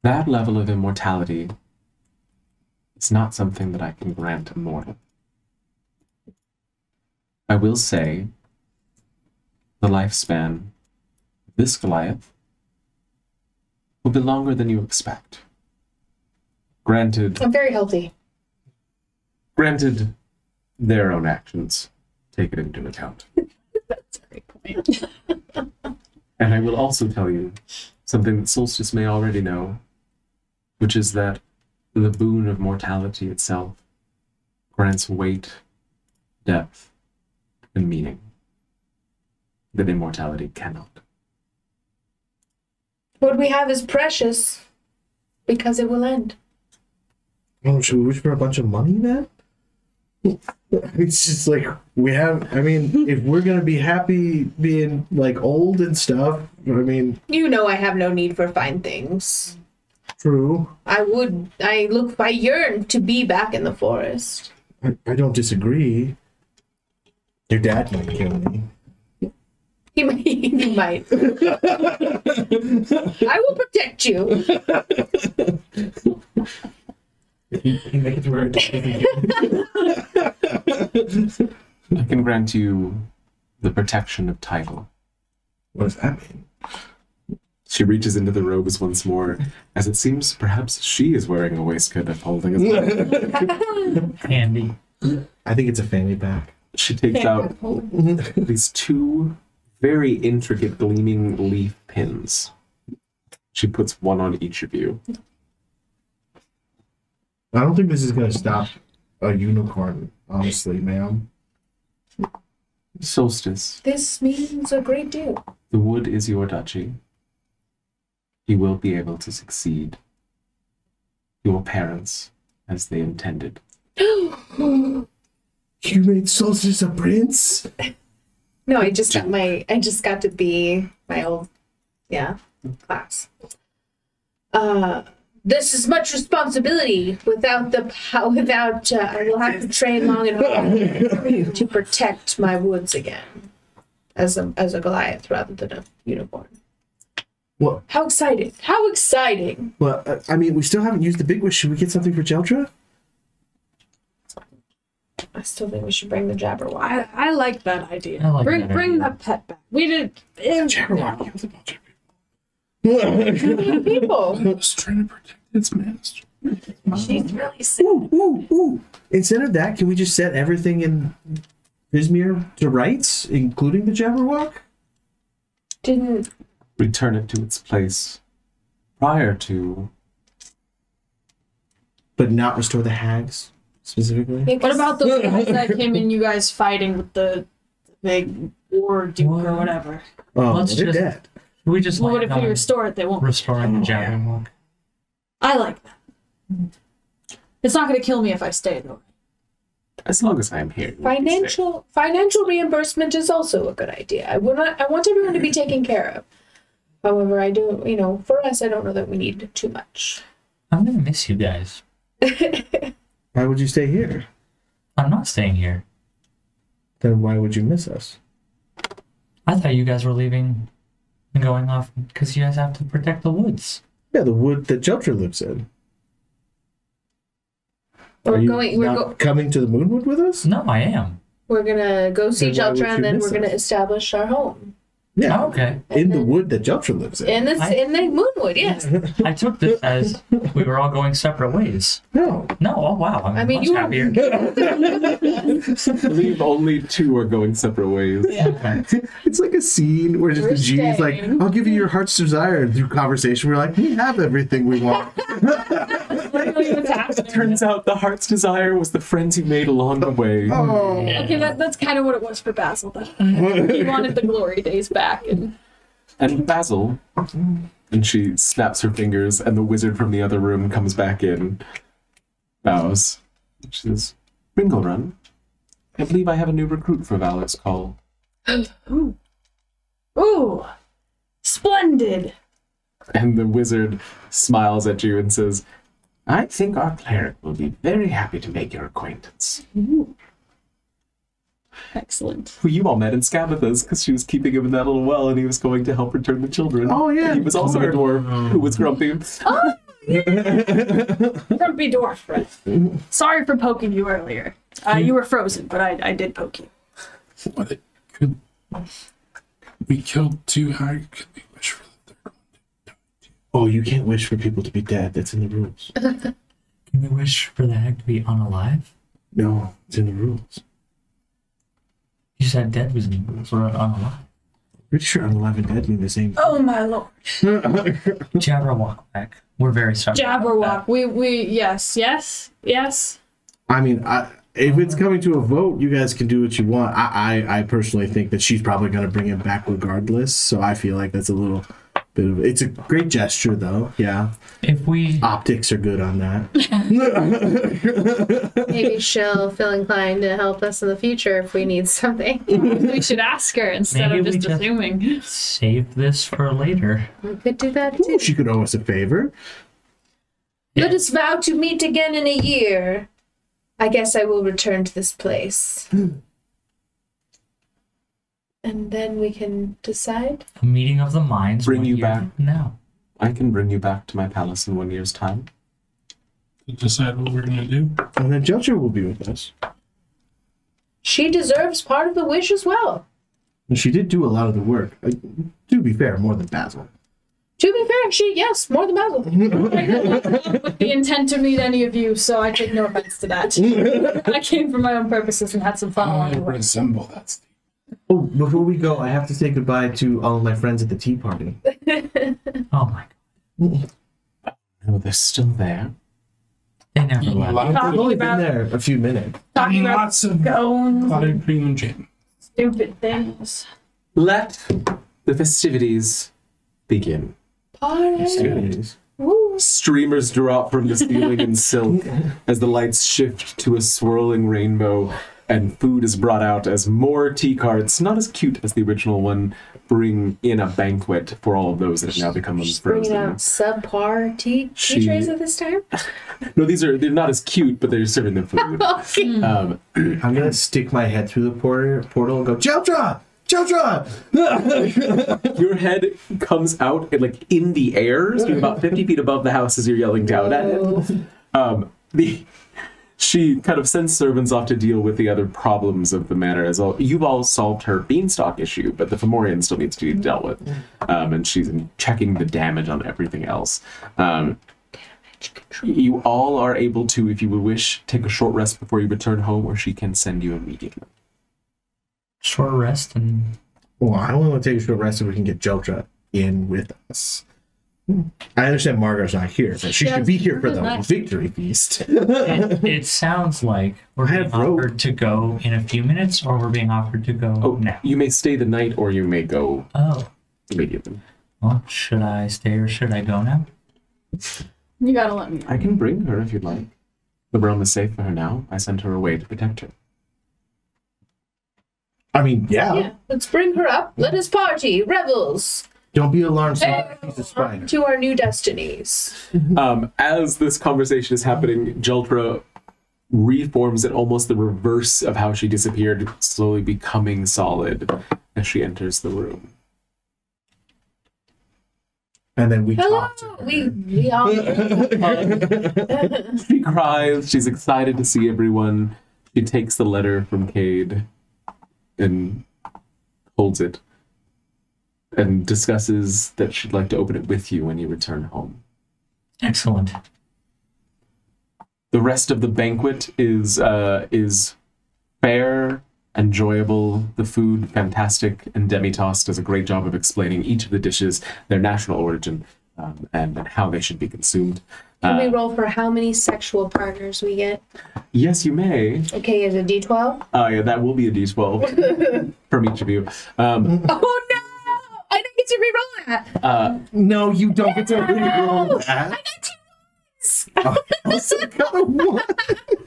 A: That level of immortality is not something that I can grant a mortal. I will say the lifespan of this Goliath will be longer than you expect. Granted,
B: I'm very healthy.
A: granted their own actions taken into account. That's a great point. and I will also tell you something that Solstice may already know, which is that the boon of mortality itself grants weight, depth, and meaning that immortality cannot.
B: What we have is precious because it will end.
D: Oh, should we wish for a bunch of money then? It's just like we have. I mean, if we're gonna be happy being like old and stuff, I mean,
B: You know I have no need for fine things.
D: true.
B: I would I look I yearn to be back in the forest.
D: I, I don't disagree. Your dad might kill me.
B: He might he might. I will protect you.
A: I can grant you the protection of title.
D: What does that mean?
A: She reaches into the robes once more, as it seems perhaps she is wearing a waistcoat if holding a
C: Handy.
D: I think it's a fanny pack.
A: she takes out these two very intricate gleaming leaf pins. She puts one on each of you.
D: I don't think this is gonna stop a unicorn, honestly, ma'am.
A: Solstice,
B: This means a great deal.
A: the wood is your duchy. You will be able to succeed. Your parents, as they intended.
D: You made Solstice a prince?
B: No, I just got my I just got to be my old yeah class. Uh this is much responsibility. Without the pow- without uh, I will have to train long and hard to protect my woods again, as a as a Goliath rather than a unicorn.
D: Well,
B: How exciting! How exciting!
D: well, uh, I mean, we still haven't used the big wish. Should we get something for Jeltra?
B: I still think we should bring the Jabberwock.
E: I, I like that idea.
C: I like
E: bring
C: that
E: bring
C: idea.
E: that pet back. We did. eh, no.
B: people.
F: It's trying to protect its master.
E: She's really sick.
D: Ooh, ooh. Instead of that, can we just set everything in Izmir to rights, including the Jabberwock?
B: Didn't
A: Return it to its place prior to
D: But not restore the hags, specifically?
B: make
E: What
B: us-
E: about those guys that came in? You guys fighting with the big war duke or
C: What?
E: whatever.
D: Oh,
C: Let's
D: they're
C: just-
D: dead.
C: We just
E: Well, what
C: land
E: if we
C: on
E: restore it? They won't.
C: restoring the Jabberwock.
E: I like that.
C: Mm-hmm.
E: It's not going to kill me if I stay though.
A: as long as I am here. you will be safe.
B: financial financial reimbursement is also a good idea. I would not, I want everyone to be taken care of. However, I do you know for us I don't know that we need too much.
C: I'm gonna miss you guys.
D: Why would you stay here?
C: I'm not staying here.
D: Then why would you miss us?
C: I thought you guys were leaving and going off because you guys have to protect the woods.
D: Yeah, the wood that Jeltra lives in.
B: We're
D: Are you
B: going we're,
D: not
B: go,
D: coming to the Moonwood with us?
C: No, I am.
B: we're gonna go see
D: Then why
B: Jeltra
D: would you
B: and then
D: miss
B: we're gonna
D: us?
B: establish our home.
D: Yeah.
C: Oh, okay.
D: In the wood that Jotra lives in.
B: In this,
C: I-
B: in the Moonwood, yes.
C: I took this as we were all going separate ways.
D: No.
C: No, oh wow. I'm
B: I mean,
C: much
B: you were-
C: happier.
A: I believe only two are going separate ways.
D: It's like a scene where just
E: We're
D: the genie's like,
E: staying.
D: I'll give you your heart's desire. And through conversation, we're like, we have everything we want.
E: Literally what's happening.
A: Turns out the heart's desire was the friends you made along the way.
D: oh.
E: Okay, that, that's kind of what it was for Basil. Though. he wanted the glory days back, and
A: And Basil. And she snaps her fingers, and the wizard from the other room comes back in, bows. She says, Ringle Run, I believe I have a new recruit for Valak's call.
E: ooh, splendid.
A: And the wizard smiles at you and says, I think our cleric will be very happy to make your acquaintance.
I: Excellent.
A: Who you all met in Scabatha's because she was keeping him in that little well and he was going to help return the children.
D: Oh, yeah.
A: He was also a dwarf who was grumpy.
E: Grumpy dwarf. Right? Sorry for poking you earlier. Uh,
C: Mm-hmm.
E: you were frozen, but I, I did poke you.
F: What it could we killed two? How could we wish for the third?
D: Oh, you can't wish for people to be dead. That's in the rules.
C: Can we wish for the hag to be unalive?
D: No, it's in the rules.
C: You said dead was an- sort of unalive.
D: Pretty sure unalive and dead mean the same.
E: Oh my lord.
C: Jabberwock back. We're very sorry. about that.
E: Jabberwock. We we yes yes yes.
D: I mean, I, if it's coming to a vote, you guys can do what you want. I, I, I personally think that she's probably going to bring it back regardless. So I feel like that's a little bit of it's a great gesture though. Yeah,
C: If we
D: optics are good on that.
B: Maybe she'll feel inclined to help us in the future if we need something.
I: we should ask her instead
C: Maybe
I: of
C: we
I: just
C: just-
I: assuming.
C: save this for later,
B: We could do that
D: Ooh,
B: too.
D: she could owe us a favor.
B: Let us vow to meet again in a year. I guess I will return to this place.
D: Hmm.
B: and then we can decide.
C: a meeting of the minds.
A: Bring
C: one
A: you
C: year
A: back.
C: from now.
A: I can bring you back to my palace in one year's time.
F: To decide what we're gonna do.
D: And then Jelger will be with us.
B: She deserves part of the wish as well.
D: And she did do a lot of the work. Uh, to be fair, more than Basil.
B: To be fair, she, yes, more than Basil.
D: Mm-hmm.
E: With the intent to meet any of you, so I take no offense to that. I came for my own purposes and had some fun along
F: I
E: the way.
F: resemble that. Statement.
D: Oh, before we go, I have to say goodbye to all of my friends at the tea party.
C: Oh my god,
A: No, they're still there.
C: they never
F: Eating
C: left.
F: lots
D: I've
F: of-
D: only been there a few minutes.
E: Talking
F: eating
E: about
F: lots of
E: gones,
F: clotted cream and jam.
E: stupid things.
A: Let the festivities begin. Streamers drop from the ceiling in silk as the lights shift to a swirling rainbow, and food is brought out as more tea carts, not as cute as the original one, bring in a banquet for all of those that have now become
B: Bringing
A: unfrozen.
B: out subpar tea, tea
A: She-
B: trays at this time.
A: No, these are they're not as cute, but they're serving their food.
B: Okay.
A: Um,
D: I'm gonna stick my head through the porter, portal and go, Jeltra! Jeltra!
A: your head comes out and, like in the air, so you're about 50 feet above the house as you're yelling down at it. Um, the she kind of sends servants off to deal with the other problems of the matter as well. You've all solved her beanstalk issue, but the Fomorian still needs to be dealt with, um, and she's checking the damage on everything else. Um, you all are able to, if you would wish, take a short rest before you return home, or she can send you immediately.
C: Short rest and
D: well, I only want to take a short rest so we can get Jeltra in with us. Hmm. I understand Margot's not here, but she should be here for the victory feast.
C: it, it sounds like we're
D: I
C: being
D: have rope.
C: offered to go in a few minutes, or we're being offered to go
A: Oh,
C: now.
A: you may stay the night, or you may go
C: Oh,
A: immediately.
C: well, should I stay or should I go now?
I: You gotta let me.
A: I can bring her if you'd like. The realm is safe for her now. I sent her away to protect her.
D: I mean, yeah.
B: Yeah, let's bring her up. Let us party, revels,
D: Don't be alarmed, son. He's a spider.
B: to our new destinies.
A: Um, as this conversation is happening, Jeltra reforms at almost the reverse of how she disappeared, slowly becoming solid as she enters the room.
D: And then we
B: Hello,
D: talk to her.
B: we we all
A: She cries. She's excited to see everyone. She takes the letter from Cade and holds it. and discusses that she'd like to open it with you when you return home.
C: Excellent.
A: The rest of the banquet is uh, is fair, enjoyable. The food fantastic, and Demitasse does a great job of explaining each of the dishes, their national origin, um, and, and how they should be consumed.
B: Can we
A: Uh,
B: roll for how many sexual partners we get?
A: yes, you may.
B: Okay, is it D12?
A: Oh yeah, that will be a d12 from each of you. Um,
B: Oh no! I don't get to reroll that.
A: uh,
D: No, you don't get to reroll that. Oh, Also got a one.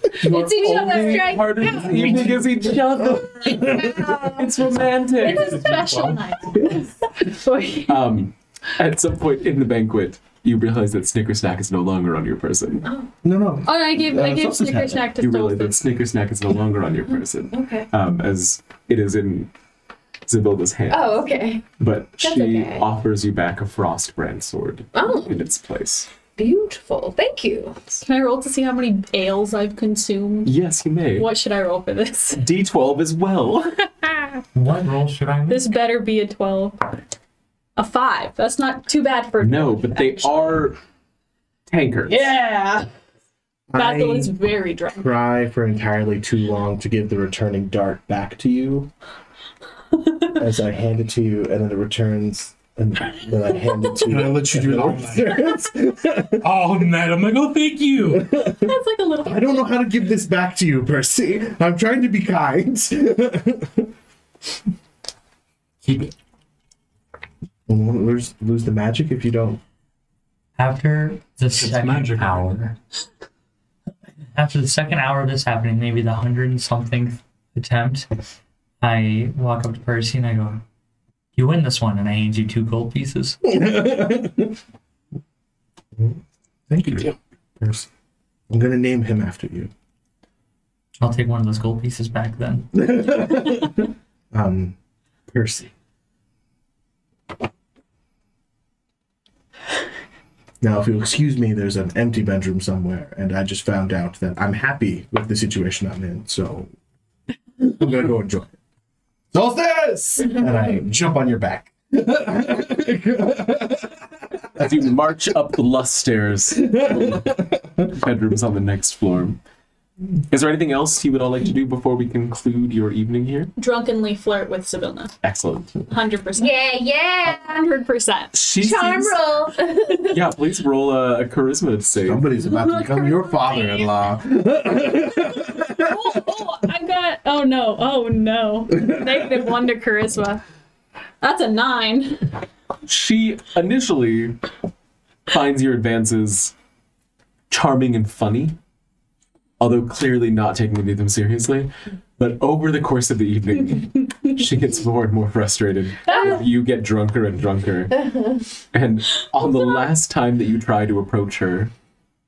B: It's each other's
A: only
B: drag.
A: part of this evening is each other. It's romantic.
E: Special night.
I: Oh,
A: Um, at some point in the banquet, you realize that Snickersnack is no longer on your person.
D: No, no.
I: Oh, I gave
D: Uh,
I: I gave
D: something's
I: Snicker Snack to
A: you realize that
I: Solstice.
A: Snickersnack is no longer on your person,
B: Okay.
A: um, as it is in Zibilda's hand.
B: Oh, okay.
A: but she
B: okay.
A: offers you back a Frost brand sword
B: Oh.
A: in its place.
B: Beautiful. Thank you.
I: Can I roll to see how many ales I've consumed?
A: Yes, you may.
I: What should I roll for this?
A: D12 as well.
C: What role should I make?
I: This better be a 12. A 5. That's not too bad for.
A: no, but they are tankards.
I: Yeah! Basil is
D: I
I: very drunk.
D: cry for entirely too long to give the returning dart back to you. As I hand it to you, and then it returns, and then I hand it to
F: And I
D: you.
F: let you do it all night. All night. I'm like, oh, thank you.
I: That's like a little.
D: I don't know how to give this back to you, Percy. I'm trying to be kind.
C: Keep it.
D: You won't lose, lose the magic if you don't.
C: After the second
F: magic.
C: hour, after the second hour of this happening, maybe the hundred and something attempt, I walk up to Percy and I go, "You win this one," and I hand you two gold pieces.
D: Thank you, Percy. I'm gonna name him after you.
C: I'll take one of those gold pieces back then.
D: Um, Percy. Now, if you'll excuse me, there's an empty bedroom somewhere, and I just found out that I'm happy with the situation I'm in, so I'm gonna go enjoy it. Solstice! And I jump on your back.
A: As you march up the lust stairs, bedrooms on the next floor. Is there anything else you would all like to do before we conclude your evening here?
I: Drunkenly flirt with Sibilna.
A: Excellent.
I: 100%.
B: Yeah, yeah.
I: 100%.
A: She
B: Charm
A: seems-
B: roll.
A: Yeah, please roll a, a charisma save.
D: Somebody's about to become your father in law.
I: Oh, oh, I got. Oh no. Oh no. Negative 1 to charisma. That's a 9.
A: She initially finds your advances charming and funny, although clearly not taking any of them seriously. But over the course of the evening, she gets more and more frustrated. You get drunker and drunker. And on the last time that you try to approach her,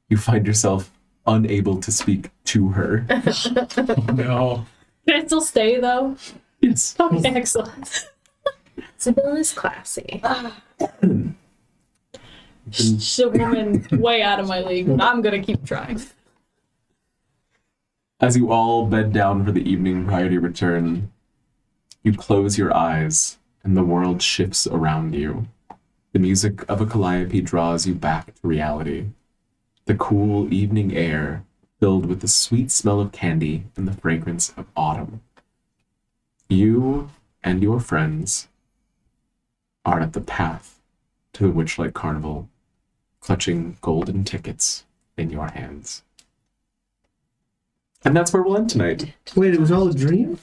A: you find yourself unable to speak to her.
F: No.
I: Can I still stay though?
A: Yes.
I: Okay, excellent.
B: Sibylla's classy.
I: She's a woman way out of my league, but I'm gonna keep trying.
A: As you all bed down for the evening prior to your return, you close your eyes and the world shifts around you. The music of a calliope draws you back to reality. The cool evening air filled with the sweet smell of candy and the fragrance of autumn. You and your friends are at the path to the Witchlight Carnival, clutching golden tickets in your hands. And that's where we'll end tonight.
D: Wait, it was all a dream?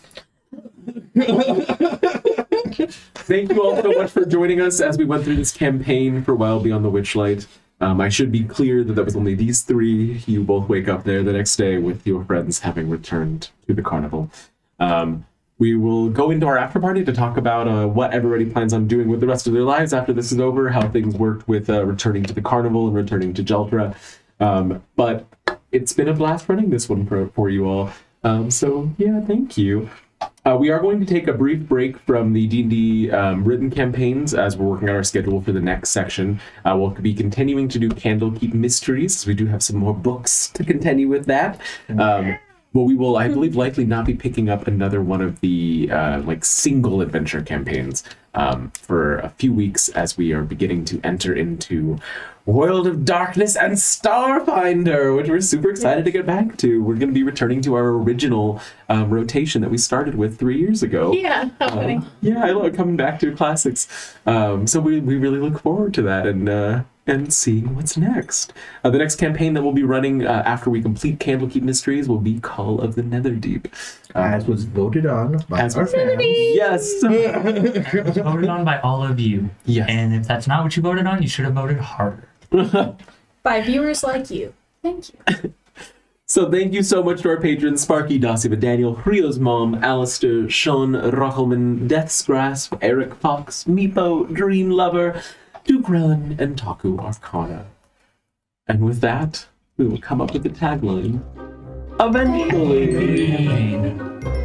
A: Thank you all so much for joining us as we went through this campaign for Wild Beyond the Witchlight. Um, I should be clear that that was only these three. You both wake up there the next day with your friends having returned to the carnival. Um, we will go into our after party to talk about uh, what everybody plans on doing with the rest of their lives after this is over, how things worked with uh, returning to the carnival and returning to Jeltra. Um, but it's been a blast running this one for, for you all. Um, so, yeah, thank you. Uh, we are going to take a brief break from the D&D um, written campaigns as we're working on our schedule for the next section. Uh, we'll be continuing to do Candlekeep Mysteries. We do have some more books to continue with that. Um, Well, we will, I believe, likely not be picking up another one of the uh, like single adventure campaigns um, for a few weeks as we are beginning to enter into World of Darkness and Starfinder, which we're super excited to get back to. We're going to be returning to our original um, rotation that we started with three years ago.
I: Yeah, how funny.
A: Um, yeah, I love coming back to classics. Um, so we, we really look forward to that and uh, and seeing what's next. Uh, the next campaign that we'll be running uh, after we complete Candlekeep Mysteries will be Call of the Netherdeep. Um,
D: As was voted on by
A: As
D: our
A: was-
D: fans.
A: Yes.
C: It was voted on by all of you.
A: Yes.
C: And if that's not what you voted on, you should have voted harder.
E: by viewers like you. Thank you.
A: So thank you so much to our patrons, Sparky, Dossiva, Daniel, Rio's mom, Alistair, Sean, Rochelman, Death's Grasp, Eric Fox, Meepo, Dream Lover, Duke Relin, and Taku Arcana. And with that, we will come up with the tagline. Eventually.
C: Pain.